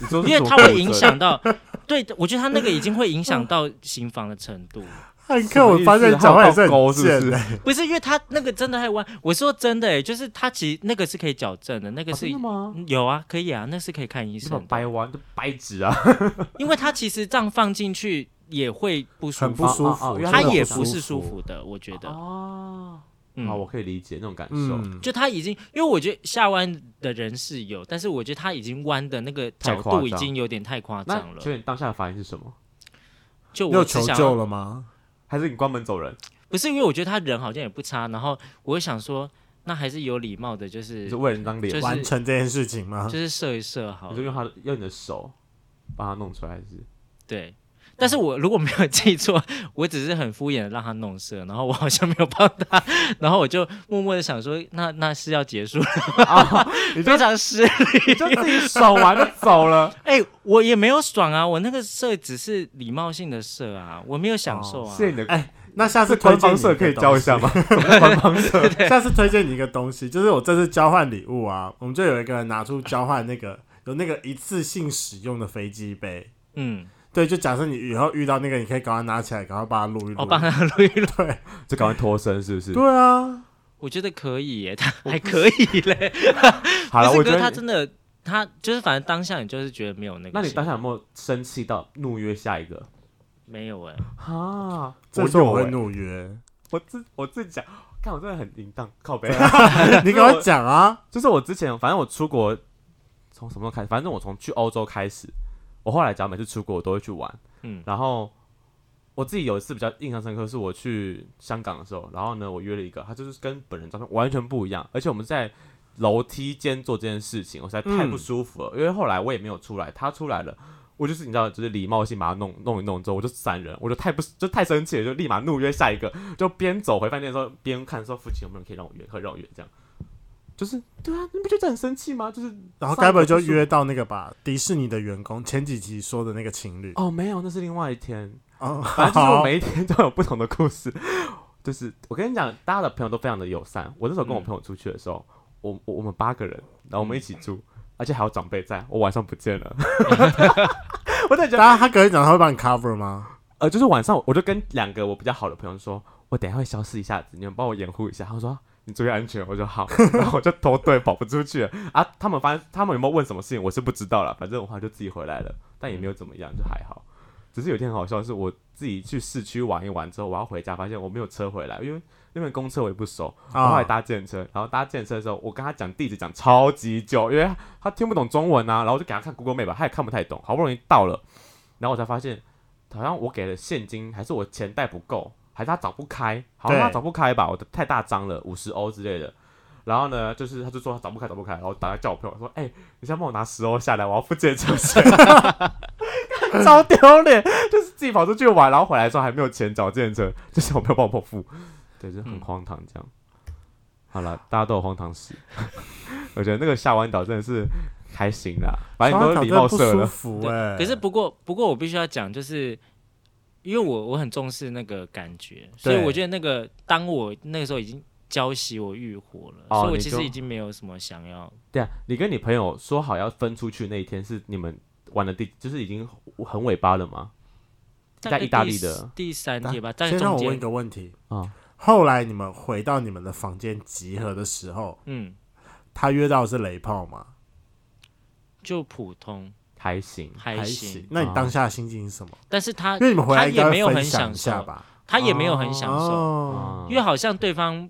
[SPEAKER 2] 你 说是
[SPEAKER 3] 因为
[SPEAKER 2] 什么啊
[SPEAKER 3] 它会
[SPEAKER 2] 骨折
[SPEAKER 3] 影响到。 对，我觉得他那个已经会影响到刑房的程 度。
[SPEAKER 1] 汉克，我发现你讲话也是
[SPEAKER 2] 什么
[SPEAKER 1] 很
[SPEAKER 2] 意思还有倒钩是不
[SPEAKER 1] 贱哎
[SPEAKER 2] 是
[SPEAKER 1] 的、
[SPEAKER 3] 不是因为他那个真的太弯，我说真的、欸，就是他其实那个是可以矫正的，那个
[SPEAKER 2] 哦
[SPEAKER 3] 是、
[SPEAKER 2] 真的吗？
[SPEAKER 3] 有啊，可以啊，那是可以看医
[SPEAKER 2] 你把
[SPEAKER 3] 生的，
[SPEAKER 2] 掰弯就掰直啊，
[SPEAKER 3] 因为他其实这样放进去也会不舒
[SPEAKER 1] 很
[SPEAKER 3] 服，
[SPEAKER 1] 不舒
[SPEAKER 2] 哦哦
[SPEAKER 1] 服
[SPEAKER 2] 哦，原
[SPEAKER 3] 他
[SPEAKER 2] 来
[SPEAKER 1] 真的
[SPEAKER 3] 也
[SPEAKER 1] 不
[SPEAKER 3] 不是舒
[SPEAKER 1] 服。
[SPEAKER 3] 服的，我觉得，
[SPEAKER 2] 哦，
[SPEAKER 3] 嗯
[SPEAKER 2] 好，我可以理解那种感受，
[SPEAKER 1] 嗯，
[SPEAKER 3] 就他已经，因为我觉得下弯的人是有，但是我觉得他已经弯的那个角
[SPEAKER 2] 太夸张
[SPEAKER 3] 度已经有点太夸
[SPEAKER 2] 那
[SPEAKER 3] 张
[SPEAKER 2] 所
[SPEAKER 3] 啊了。
[SPEAKER 2] 以你当下的反应是什么？
[SPEAKER 3] 就
[SPEAKER 1] 你有
[SPEAKER 3] 我只
[SPEAKER 1] 求
[SPEAKER 3] 想
[SPEAKER 1] 救
[SPEAKER 3] 要，
[SPEAKER 1] 了吗？
[SPEAKER 2] 还是你关门走人？
[SPEAKER 3] 不是因为我觉得他人好像也不差，然后我就想说，那还是有礼貌的，就是
[SPEAKER 2] 你是为了那张脸
[SPEAKER 3] 就
[SPEAKER 2] 吗，
[SPEAKER 3] 是哦
[SPEAKER 1] 完成这件事情吗
[SPEAKER 3] 就？是射一射好
[SPEAKER 2] 你就
[SPEAKER 3] 了。
[SPEAKER 2] 用他的用你的手把它弄出来，还 是
[SPEAKER 3] 对，但是我如果没有记错，我只是很敷衍的让他弄射，然后我好像没有帮他，然后我就默默的想说，那那是要结束了，
[SPEAKER 2] 你就
[SPEAKER 3] 非常失
[SPEAKER 2] 哦你就自己手完就走 了？
[SPEAKER 3] 哎、我也没有爽啊，我那个射只是礼貌性的射啊，我没有享受啊。
[SPEAKER 2] 谢谢你的。
[SPEAKER 1] 哎那下次
[SPEAKER 2] 这
[SPEAKER 1] 推
[SPEAKER 2] 官
[SPEAKER 1] 荐
[SPEAKER 2] 方
[SPEAKER 1] 你
[SPEAKER 2] 社
[SPEAKER 1] 个
[SPEAKER 2] 可以教一下吗？官方社
[SPEAKER 1] 东 西？下次推荐你一个东西，就是我这次交换礼物啊，我们就有一个人拿出交换那个有那个一次性使用的飞机杯。
[SPEAKER 3] 嗯，
[SPEAKER 1] 对，就假设你以后遇到那个，你可以赶快拿起来，赶快把它撸一撸。
[SPEAKER 2] 哦
[SPEAKER 3] 我哦帮他录一录，
[SPEAKER 2] 就赶快脱身，是不是？
[SPEAKER 1] 对啊，
[SPEAKER 3] 我觉得可以耶，他还可以嘞。
[SPEAKER 2] 好了，
[SPEAKER 3] 不是
[SPEAKER 2] 我觉
[SPEAKER 3] 哥他
[SPEAKER 2] 得
[SPEAKER 3] 真的，他就是反正当下你就是觉得没有那个心。
[SPEAKER 2] 那你当下有没有生气到怒约下一个？
[SPEAKER 3] 没有哎、
[SPEAKER 2] 啊，
[SPEAKER 1] 这时候我
[SPEAKER 2] 有
[SPEAKER 1] 会
[SPEAKER 2] 欸，
[SPEAKER 1] 怒约，
[SPEAKER 2] 我自我自己讲，看我真的很淫荡，靠背。
[SPEAKER 1] 啊你赶快讲啊！
[SPEAKER 2] 就是我之前，反正我出国从什么时候开始，反正我从去欧洲开始，我后来只要每次出国，我都会去玩。
[SPEAKER 3] 嗯
[SPEAKER 2] 然后我自己有一次比较印象深刻，是我去香港的时候，然后呢，我约了一个，他就是跟本人照片完全不一样，而且我们在楼梯间做这件事情，我实在太不舒服了，因为后来我也没有出来，他出来了。我就是你知道，就是礼貌性把他弄弄一弄之后，我就闪人，我就太不就太生气了，就立马怒约下一个，就边走回饭店的时候边看说附近有没有人可以让我约，可以让我约这样，就是对啊，你不觉得很生气吗？就是
[SPEAKER 1] 然后该不会就
[SPEAKER 2] 上一个不舒服
[SPEAKER 1] 约到那个吧，迪士尼的员工前几集说的那个情侣
[SPEAKER 2] 哦，没有，那是另外一天，
[SPEAKER 1] 哦，
[SPEAKER 2] 反正就是我
[SPEAKER 1] 好，
[SPEAKER 2] 每一天都有不同的故事。 就是我跟你讲，大家的朋友都非常的友善。我那时候跟我朋友出去的时候，我我我们八个人，然后我们一起住，而且还有长辈在，我晚上不见了。我在觉得，
[SPEAKER 1] 当然他隔一讲他会帮你 cover 吗？
[SPEAKER 2] 呃，就是晚上我就跟两个我比较好的朋友说，我等一下会消失一下子，你们帮我掩护一下。他们说你注意安全，我说好，然后我就脱队跑不出去了 啊。他们发现他们有没有问什么事情，我是不知道了，反正我后来就自己回来了，但也没有怎么样，就还好。只是有一天很好笑，是我自己去市区玩一玩之后，我要回家，发现我没有车回来，因为那边公车我也不熟，我后
[SPEAKER 1] 啊
[SPEAKER 2] 来，搭建车，然后搭建车的时候，我跟他讲地址讲超级久，因为他听不懂中文啊，然后我就给他看 Google Map，他也看不太懂，好不容易到了，然后我才发现，好像我给了现金，还是我钱袋不够，还是他找不开，好像
[SPEAKER 1] 对
[SPEAKER 2] 他找不开吧，我的太大张了，五十欧之类的。然后呢，就是他就说他找不开，找不开，然后打来叫我朋友说，哎、你先帮我拿十欧下来，我要付借车钱， 超丢脸，就是自己跑出去玩，然后回来之后还没有钱找借车，就是我朋友帮我付， 对，就是很
[SPEAKER 3] 嗯
[SPEAKER 2] 荒唐这样。好了，大家都有荒唐 史。我觉得那个下弯岛真的是还行啦，反正
[SPEAKER 1] 双
[SPEAKER 2] 都是
[SPEAKER 1] 脚真的
[SPEAKER 2] 礼貌
[SPEAKER 1] 不
[SPEAKER 2] 社
[SPEAKER 1] 舒
[SPEAKER 2] 了。
[SPEAKER 1] 服
[SPEAKER 3] 对
[SPEAKER 1] 哎。
[SPEAKER 3] 可是不过不过我必须要讲，就是因为我我很重视那个感觉，所以
[SPEAKER 1] 对
[SPEAKER 3] 我觉得那个当我那个时候已经浇熄我欲火了，
[SPEAKER 2] 哦
[SPEAKER 3] 所以我
[SPEAKER 2] 你
[SPEAKER 3] 其
[SPEAKER 2] 就
[SPEAKER 3] 实已经没有什么想要
[SPEAKER 2] 对啊，你跟你朋友说好要分出去那一天是你们玩的第，就是已经很尾巴了吗？
[SPEAKER 3] 大
[SPEAKER 2] 在
[SPEAKER 3] 概
[SPEAKER 2] 意大
[SPEAKER 3] 第
[SPEAKER 2] 利
[SPEAKER 3] 四
[SPEAKER 2] 的
[SPEAKER 3] 第三
[SPEAKER 1] 那
[SPEAKER 3] 天吧，在
[SPEAKER 1] 先让啊
[SPEAKER 3] 中
[SPEAKER 1] 我问一
[SPEAKER 3] 间，
[SPEAKER 1] 个问题
[SPEAKER 2] 啊、
[SPEAKER 1] 后来你们回到你们的房间集合的时候，
[SPEAKER 3] 嗯，
[SPEAKER 1] 他约到的是雷炮吗？
[SPEAKER 3] 就普通
[SPEAKER 2] 还行。
[SPEAKER 3] 还
[SPEAKER 1] 行
[SPEAKER 3] 行，。
[SPEAKER 1] 那你当下的心情是什么？
[SPEAKER 3] 但是他
[SPEAKER 1] 因为你们回
[SPEAKER 3] 他
[SPEAKER 1] 来应
[SPEAKER 3] 也
[SPEAKER 1] 该
[SPEAKER 3] 没有
[SPEAKER 1] 会分
[SPEAKER 3] 很
[SPEAKER 1] 享
[SPEAKER 3] 享
[SPEAKER 1] 一
[SPEAKER 3] 受
[SPEAKER 1] 下，吧？
[SPEAKER 3] 他也没有很享受，
[SPEAKER 1] 哦，
[SPEAKER 2] 啊
[SPEAKER 3] 因为好像对方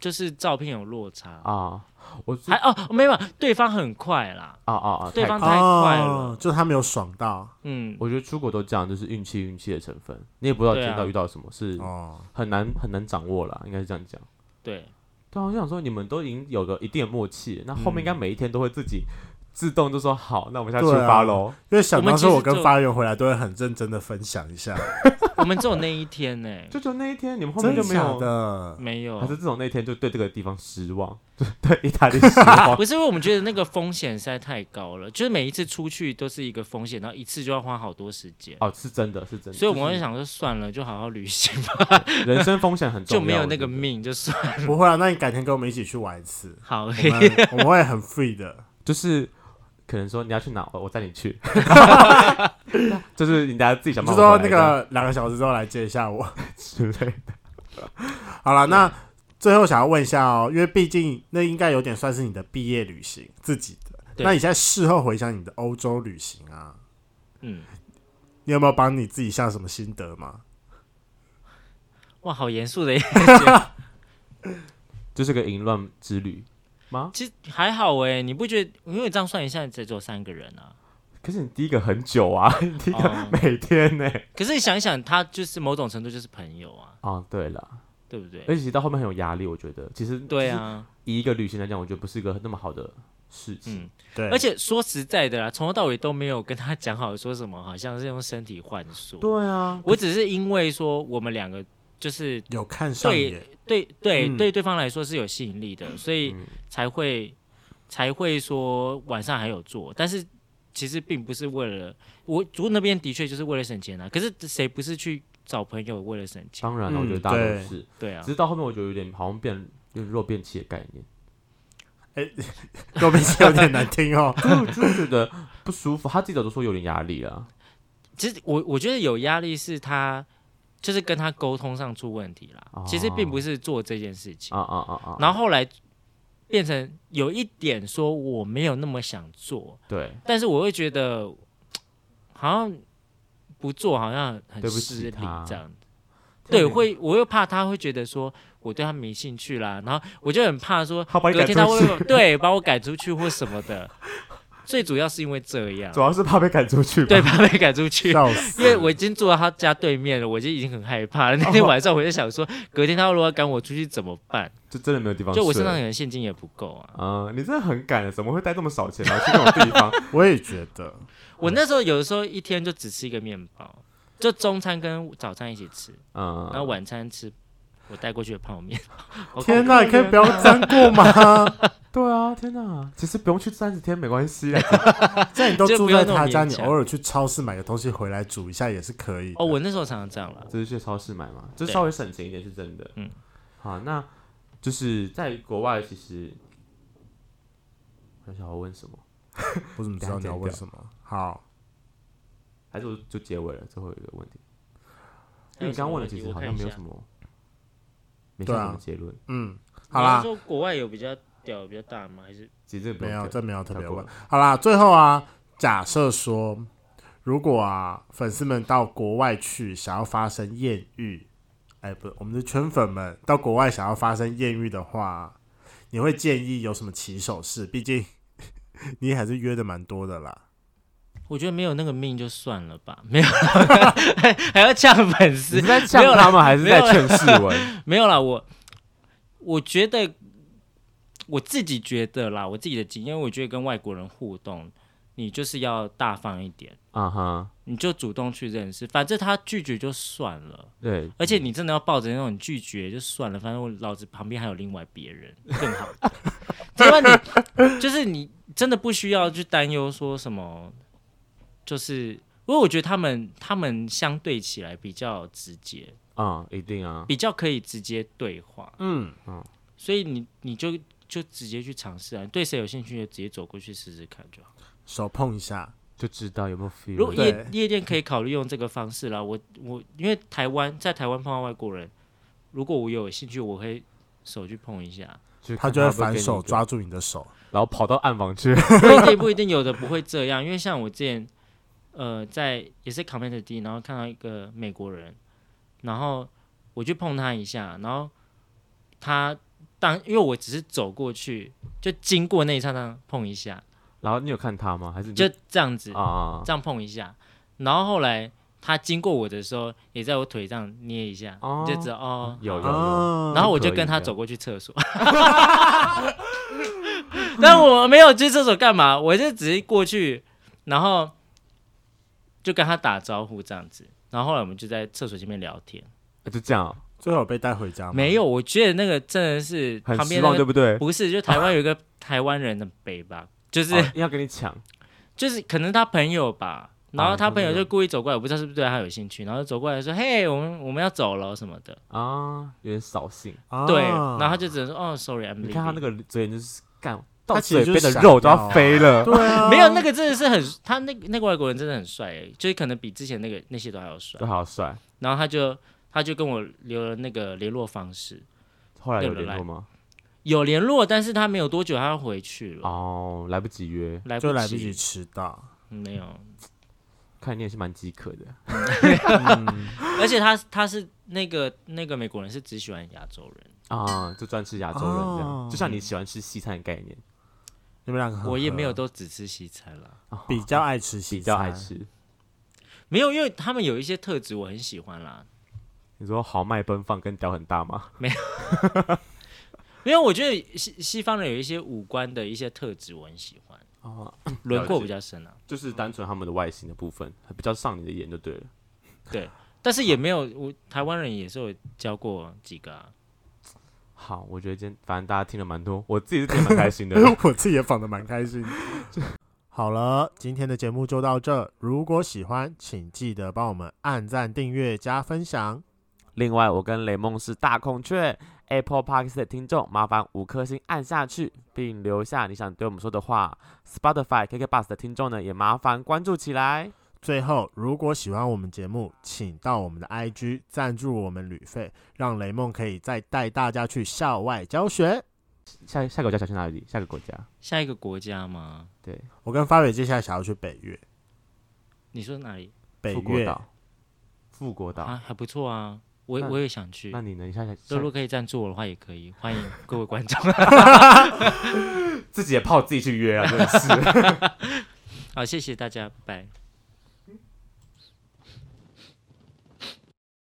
[SPEAKER 3] 就是照片有落差，
[SPEAKER 2] 啊，我是
[SPEAKER 3] 还哦，没有，对方很快啦，
[SPEAKER 2] 啊啊啊，
[SPEAKER 3] 对
[SPEAKER 2] 太
[SPEAKER 3] 方
[SPEAKER 2] 快
[SPEAKER 3] 太快了
[SPEAKER 1] 哦，就他没有爽到
[SPEAKER 3] 嗯，
[SPEAKER 2] 我觉得出国都这样，就是运气运气的成分，你也不知道
[SPEAKER 3] 对
[SPEAKER 2] 今
[SPEAKER 3] 啊
[SPEAKER 2] 天到底遇到什么，是
[SPEAKER 1] 哦，
[SPEAKER 2] 很难很难掌握啦，应该是这样讲。
[SPEAKER 3] 对，
[SPEAKER 2] 对啊，我就想说你们都已经有个一定的默契，那后面应该每一天都会自己自动就说好，那我们现在
[SPEAKER 1] 嗯
[SPEAKER 2] 出
[SPEAKER 1] 对啊
[SPEAKER 2] 发喽。
[SPEAKER 1] 因为想
[SPEAKER 3] 我们
[SPEAKER 1] 当
[SPEAKER 3] 其
[SPEAKER 1] 时
[SPEAKER 3] 实
[SPEAKER 1] 我跟
[SPEAKER 3] 就
[SPEAKER 1] 发源回来都会很认真的分享一 下，
[SPEAKER 3] 我们只有那一天呢、
[SPEAKER 2] 就就那一天，你们后
[SPEAKER 1] 真
[SPEAKER 2] 面
[SPEAKER 1] 的
[SPEAKER 2] 就没
[SPEAKER 1] 假
[SPEAKER 2] 有，
[SPEAKER 1] 的？
[SPEAKER 3] 没有
[SPEAKER 2] 还，是自从那一天就对这个地方失望，就对意大利失 望。
[SPEAKER 3] 不是因为我们觉得那个风险实在太高了，就是每一次出去都是一个风险，然后一次就要花好多时间。
[SPEAKER 2] 哦，是真的，是真的。
[SPEAKER 3] 所以我们
[SPEAKER 2] 就
[SPEAKER 3] 会
[SPEAKER 2] 是
[SPEAKER 3] 想说，算了，就好好旅行吧，
[SPEAKER 2] 人生风险很重
[SPEAKER 3] 就
[SPEAKER 2] 要，
[SPEAKER 3] 没有那个
[SPEAKER 2] 我觉得
[SPEAKER 3] 命，就算了
[SPEAKER 1] 不会啊，那你改天跟我们一起去玩一 次，
[SPEAKER 3] 好。
[SPEAKER 1] 我
[SPEAKER 2] 嗯
[SPEAKER 1] 们我们会很 free 的。
[SPEAKER 2] 就是可能说你要去哪，我我带你 去，就是你大家自己想
[SPEAKER 1] 你
[SPEAKER 2] 办
[SPEAKER 1] 就
[SPEAKER 2] 法
[SPEAKER 1] 说
[SPEAKER 2] 回来。
[SPEAKER 1] 那个两个小时之后来接一下我。
[SPEAKER 2] 之类的，
[SPEAKER 1] 好了，那最后想要问一下哦，因为毕竟那应该有点算是你的毕业旅行自己的。
[SPEAKER 3] 对
[SPEAKER 1] 那你现在事后回想你的欧洲旅行啊，
[SPEAKER 3] 嗯，
[SPEAKER 1] 你有没有帮你自己下什么心得吗？
[SPEAKER 3] 哇，好严肃的欸耶。
[SPEAKER 2] 就是个淫乱之旅吗？
[SPEAKER 3] 其实还好哎，你不觉得？因为你这样算一下，才只有三个人啊。
[SPEAKER 2] 可是你第一个很久啊， 你第一
[SPEAKER 3] 哦
[SPEAKER 2] 个每天呢、
[SPEAKER 3] 可是你想一想，他就是某种程度就是朋友啊，
[SPEAKER 2] 哦，对了，
[SPEAKER 3] 对不对？
[SPEAKER 2] 而且其实到后面很有压力，我觉得其实
[SPEAKER 3] 对，啊，
[SPEAKER 2] 就是以一个旅行来讲，我觉得不是一个那么好的事情。
[SPEAKER 3] 嗯，
[SPEAKER 1] 对，
[SPEAKER 3] 而且说实在的啦，从头到尾都没有跟他讲好说什么，好像是用身体换术。
[SPEAKER 2] 对啊，
[SPEAKER 3] 我只是因为说我们两个就是
[SPEAKER 1] 有看上眼，
[SPEAKER 3] 对对、
[SPEAKER 1] 嗯
[SPEAKER 3] 对对方来说是有吸引力的，所以才会、才会说晚上还有做，但是其实并不是为了我住那边的确就是为了省钱啊，可是谁不是去找朋友为了省钱？
[SPEAKER 2] 当然了，
[SPEAKER 1] 嗯
[SPEAKER 2] 我觉得大家
[SPEAKER 1] 对
[SPEAKER 2] 都是，
[SPEAKER 3] 对啊
[SPEAKER 2] 只，是到后面我觉得有点好像变有点弱变器的概念，
[SPEAKER 1] 右边是有点难听哦。
[SPEAKER 2] 所以我就是觉得不舒服。他自己都说有点压力啊，
[SPEAKER 3] 其实我我觉得有压力是他就是跟他沟通上出问题啦，
[SPEAKER 2] 哦
[SPEAKER 3] 其实并不是做这件事情，
[SPEAKER 2] 啊啊啊啊！
[SPEAKER 3] 然后后来变成有一点说我没有那么想做，
[SPEAKER 2] 对，
[SPEAKER 3] 但是我会觉得好像不做好像很
[SPEAKER 2] 对不起
[SPEAKER 3] 失礼
[SPEAKER 2] 他
[SPEAKER 3] 这样子。对，会我又怕他会觉得说我对他没兴趣啦，然后我就很怕说
[SPEAKER 2] 他把你
[SPEAKER 3] 隔
[SPEAKER 2] 赶
[SPEAKER 3] 天他
[SPEAKER 2] 出去
[SPEAKER 3] 会对把我赶出去或什么的。 最主要是因为这样
[SPEAKER 2] 主，要是怕被赶出去吧。
[SPEAKER 3] 对，怕被赶出去。
[SPEAKER 1] 笑死！
[SPEAKER 3] 因为我已经坐到他家对面了，我就已经很害怕了。那天晚上我就想说，隔天他如果要赶我出去怎么办？
[SPEAKER 2] 就真的没有地方睡。
[SPEAKER 3] 就我身上可能现金也不够啊。
[SPEAKER 2] 啊、你真的很敢的，怎么会带这么少钱然后去那种地方？
[SPEAKER 1] 我也觉得，
[SPEAKER 2] 嗯
[SPEAKER 3] 我那时候有的时候一天就只吃一个面包，就中餐跟早餐一起吃。
[SPEAKER 2] 嗯，
[SPEAKER 3] 然后晚餐吃我带过去的泡面。 我
[SPEAKER 1] 天
[SPEAKER 3] 哪，
[SPEAKER 1] 哪，你可以不要这样过 吗？
[SPEAKER 2] 对啊，天哪，其实不用去三十天没关系啊。
[SPEAKER 1] 这你都住在他家，
[SPEAKER 3] 就不要那么
[SPEAKER 1] 你
[SPEAKER 3] 勉强
[SPEAKER 1] 偶尔去超市买个东西回来煮一下也是可以的。
[SPEAKER 3] 哦，我那时候常常这样了。
[SPEAKER 2] 就是去超市买嘛，就
[SPEAKER 3] 对
[SPEAKER 2] 稍微省钱一点是真的。
[SPEAKER 3] 嗯，
[SPEAKER 2] 好，那就是在国外，其实我想要问什么，
[SPEAKER 1] 我怎么知道你要
[SPEAKER 2] 等
[SPEAKER 1] 问
[SPEAKER 2] 一下
[SPEAKER 1] 什么？好，
[SPEAKER 2] 还是我就结尾了，最后一个问题，因
[SPEAKER 3] 还
[SPEAKER 2] 为
[SPEAKER 3] 有
[SPEAKER 2] 你刚刚问的
[SPEAKER 3] 什
[SPEAKER 2] 其实
[SPEAKER 3] 么问题我
[SPEAKER 2] 好
[SPEAKER 3] 看
[SPEAKER 2] 像没有
[SPEAKER 3] 一下
[SPEAKER 2] 什么，没
[SPEAKER 1] 对
[SPEAKER 2] 下
[SPEAKER 1] 啊
[SPEAKER 2] 什么结论，
[SPEAKER 1] 嗯，好
[SPEAKER 3] 你
[SPEAKER 1] 啦
[SPEAKER 3] 要，说国外有比较屌、比较大吗？还是
[SPEAKER 2] 其实这个不
[SPEAKER 1] 没
[SPEAKER 2] 用
[SPEAKER 1] 有，
[SPEAKER 2] 讲
[SPEAKER 1] 这没有特
[SPEAKER 2] 跳
[SPEAKER 1] 别
[SPEAKER 2] 过
[SPEAKER 1] 问。好啦，最后啊，假设说，如果啊，粉丝们到国外去想要发生艳遇，哎，不，我们的圈粉们到国外想要发生艳遇的话，你会建议有什么起手式？毕竟你还是约的蛮多的啦。
[SPEAKER 3] 我觉得没有那个命就算了吧， 没有还要呛粉
[SPEAKER 2] 你
[SPEAKER 3] 丝
[SPEAKER 2] 是，在
[SPEAKER 3] 没有
[SPEAKER 2] 呛
[SPEAKER 3] 啦
[SPEAKER 2] 他们，还是
[SPEAKER 3] 没有
[SPEAKER 2] 在
[SPEAKER 3] 啦
[SPEAKER 2] 劝世 文？
[SPEAKER 3] 没有啦。我我觉得我自己觉得啦，我自己的经验，我觉得跟外国人互动，你就是要大方一点，
[SPEAKER 2] 啊哈，
[SPEAKER 3] 你就主动去认识，反正他拒绝就算了。
[SPEAKER 2] 对，
[SPEAKER 3] 而且你真的要抱着那种拒绝就算了，反正我老子旁边还有另外别人更好。另外你就是你真的不需要去担忧说什么，就是因为我觉得他们他们相对起来比较直接，
[SPEAKER 2] 啊、一定啊，
[SPEAKER 3] 比较可以直接对话，
[SPEAKER 1] 嗯，
[SPEAKER 3] 所以你你就就直接去尝试啊，对谁有兴趣就直接走过去试试看就好。
[SPEAKER 1] 手碰一下，
[SPEAKER 2] 就知道有没有 feel。
[SPEAKER 3] 如果
[SPEAKER 1] 对
[SPEAKER 3] 夜夜店可以考虑用这个方式啦，我我因为台湾在台湾碰到外国人，如果我有兴趣，我会手去碰一下。
[SPEAKER 2] 就
[SPEAKER 1] 他
[SPEAKER 2] 看
[SPEAKER 1] 就会
[SPEAKER 2] 不给
[SPEAKER 1] 反
[SPEAKER 2] 你
[SPEAKER 1] 手
[SPEAKER 2] 一个
[SPEAKER 1] 抓，住你的手。
[SPEAKER 2] 然后跑到暗房去。
[SPEAKER 3] 不一定不一定，有的不会这样，因为像我之前，呃，在也是 community，然后看到一个美国人，然后我去碰他一下，然后他当因为我只是走过去，就经过那一刹那碰一下，
[SPEAKER 2] 然后你有看他吗？还是你
[SPEAKER 3] 就这样子，
[SPEAKER 2] 啊
[SPEAKER 3] 这样碰一下。然后后来他经过我的时候，也在我腿上捏一下，
[SPEAKER 2] 哦
[SPEAKER 3] 你就知道哦。
[SPEAKER 2] 有有有，
[SPEAKER 1] 啊
[SPEAKER 3] 然后我
[SPEAKER 2] 可以
[SPEAKER 3] 就跟他
[SPEAKER 2] 这样
[SPEAKER 3] 走过去厕所， 但我没有去厕所干嘛，我就只是过去，然后就跟他打招呼这样子。然后后来我们就在厕所前面聊天。
[SPEAKER 2] 就这样，啊
[SPEAKER 1] 最后有被带回家吗？
[SPEAKER 3] 没有，我觉得那个真的是
[SPEAKER 2] 很
[SPEAKER 3] 旁
[SPEAKER 2] 失
[SPEAKER 3] 边
[SPEAKER 2] 望，
[SPEAKER 3] 那
[SPEAKER 2] 对
[SPEAKER 3] 个
[SPEAKER 2] 不对？
[SPEAKER 3] 不是，就台湾有一个台湾人的北吧，就是、
[SPEAKER 2] 啊要跟你抢，
[SPEAKER 3] 就是可能他朋友吧，然后他朋友
[SPEAKER 2] 哦朋友
[SPEAKER 3] 就故意走过来，我不知道是不是对他有兴趣，然后走过来说：“嘿，我们我们要走了什么的。
[SPEAKER 2] 啊，有点扫兴。
[SPEAKER 1] 啊，
[SPEAKER 3] 对，然后他就只能说：“哦，sorry，I'm
[SPEAKER 2] 你看他
[SPEAKER 3] leaving
[SPEAKER 2] 那个嘴脸就是干到
[SPEAKER 1] 他其实
[SPEAKER 2] 嘴边的
[SPEAKER 1] 就是
[SPEAKER 2] 肉都
[SPEAKER 1] 闪
[SPEAKER 2] 要
[SPEAKER 1] 耀啊
[SPEAKER 2] 飞了，
[SPEAKER 1] 对啊，
[SPEAKER 3] 没有那个真的是很，他那那个外国人真的很帅耶，就是可能比之前那个那些都还要帅
[SPEAKER 2] 都。好帅。
[SPEAKER 3] 然后他就他就跟我留了那个联络方式，
[SPEAKER 2] 后来有
[SPEAKER 3] 对不对
[SPEAKER 2] 联络吗？
[SPEAKER 3] 有联络，但是他没有多久他要回去了，
[SPEAKER 2] 哦，来不及约，
[SPEAKER 3] 来
[SPEAKER 1] 就来
[SPEAKER 3] 不
[SPEAKER 1] 不及迟到。
[SPEAKER 3] 嗯没有。
[SPEAKER 2] 看你也是蛮饥渴的。
[SPEAKER 3] 而且他他是那个那个美国人是只喜欢亚洲人，
[SPEAKER 2] 啊，就专吃亚洲人这样，
[SPEAKER 1] 哦
[SPEAKER 2] 就像你喜欢吃西餐的概念，
[SPEAKER 1] 你们两个很合，
[SPEAKER 3] 我也没有都只吃西餐啦，
[SPEAKER 1] 比较爱吃西餐，
[SPEAKER 2] 啊比较爱吃。
[SPEAKER 3] 没有，因为他们有一些特质我很喜欢啦，
[SPEAKER 2] 你说豪迈奔放跟屌很大吗？
[SPEAKER 3] 因为我觉得西西方人有一些五官的一些特质我很喜欢，
[SPEAKER 2] 哦，
[SPEAKER 3] 轮廓比较深啊，
[SPEAKER 2] 就是单纯他们的外形的部分，比较上你的眼就对了。
[SPEAKER 3] 但是也没有我台湾人也是有教过几个啊，
[SPEAKER 2] 好，我觉得今天反正大家听了蛮多，我自己是听得蛮开 心的。
[SPEAKER 1] 我自己也仿的蛮开心。 好了，今天的节目就到这。如果喜欢，请记得帮我们按赞、订阅、加分享。
[SPEAKER 2] 另外，我跟雷梦是大孔雀 Apple Park 的听众，麻烦五颗星按下去，并留下你想对我们说的话。Spotify KK Bus 的听众呢，也麻烦关注起来。
[SPEAKER 1] 最后，如果喜欢我们节目，请到我们的 IG 赞助我们旅费，让雷梦可以再带大家去校外教学。
[SPEAKER 2] 下下个国家想去哪里？下个国家，
[SPEAKER 3] 下一个国家吗？
[SPEAKER 2] 对，
[SPEAKER 1] 我跟发伟接下来想要去北越，
[SPEAKER 3] 你说哪里？
[SPEAKER 1] 北
[SPEAKER 2] 富国
[SPEAKER 1] 越
[SPEAKER 2] 岛。富国岛，
[SPEAKER 3] 啊，还不错啊，我
[SPEAKER 2] 那
[SPEAKER 3] 我也想去
[SPEAKER 2] 那。你呢？你下下
[SPEAKER 3] 如果可以赞助我的话，也可以，欢迎各位观众。
[SPEAKER 2] 自己的炮自己去约啊，真的是。
[SPEAKER 3] 好，谢谢大家，拜拜。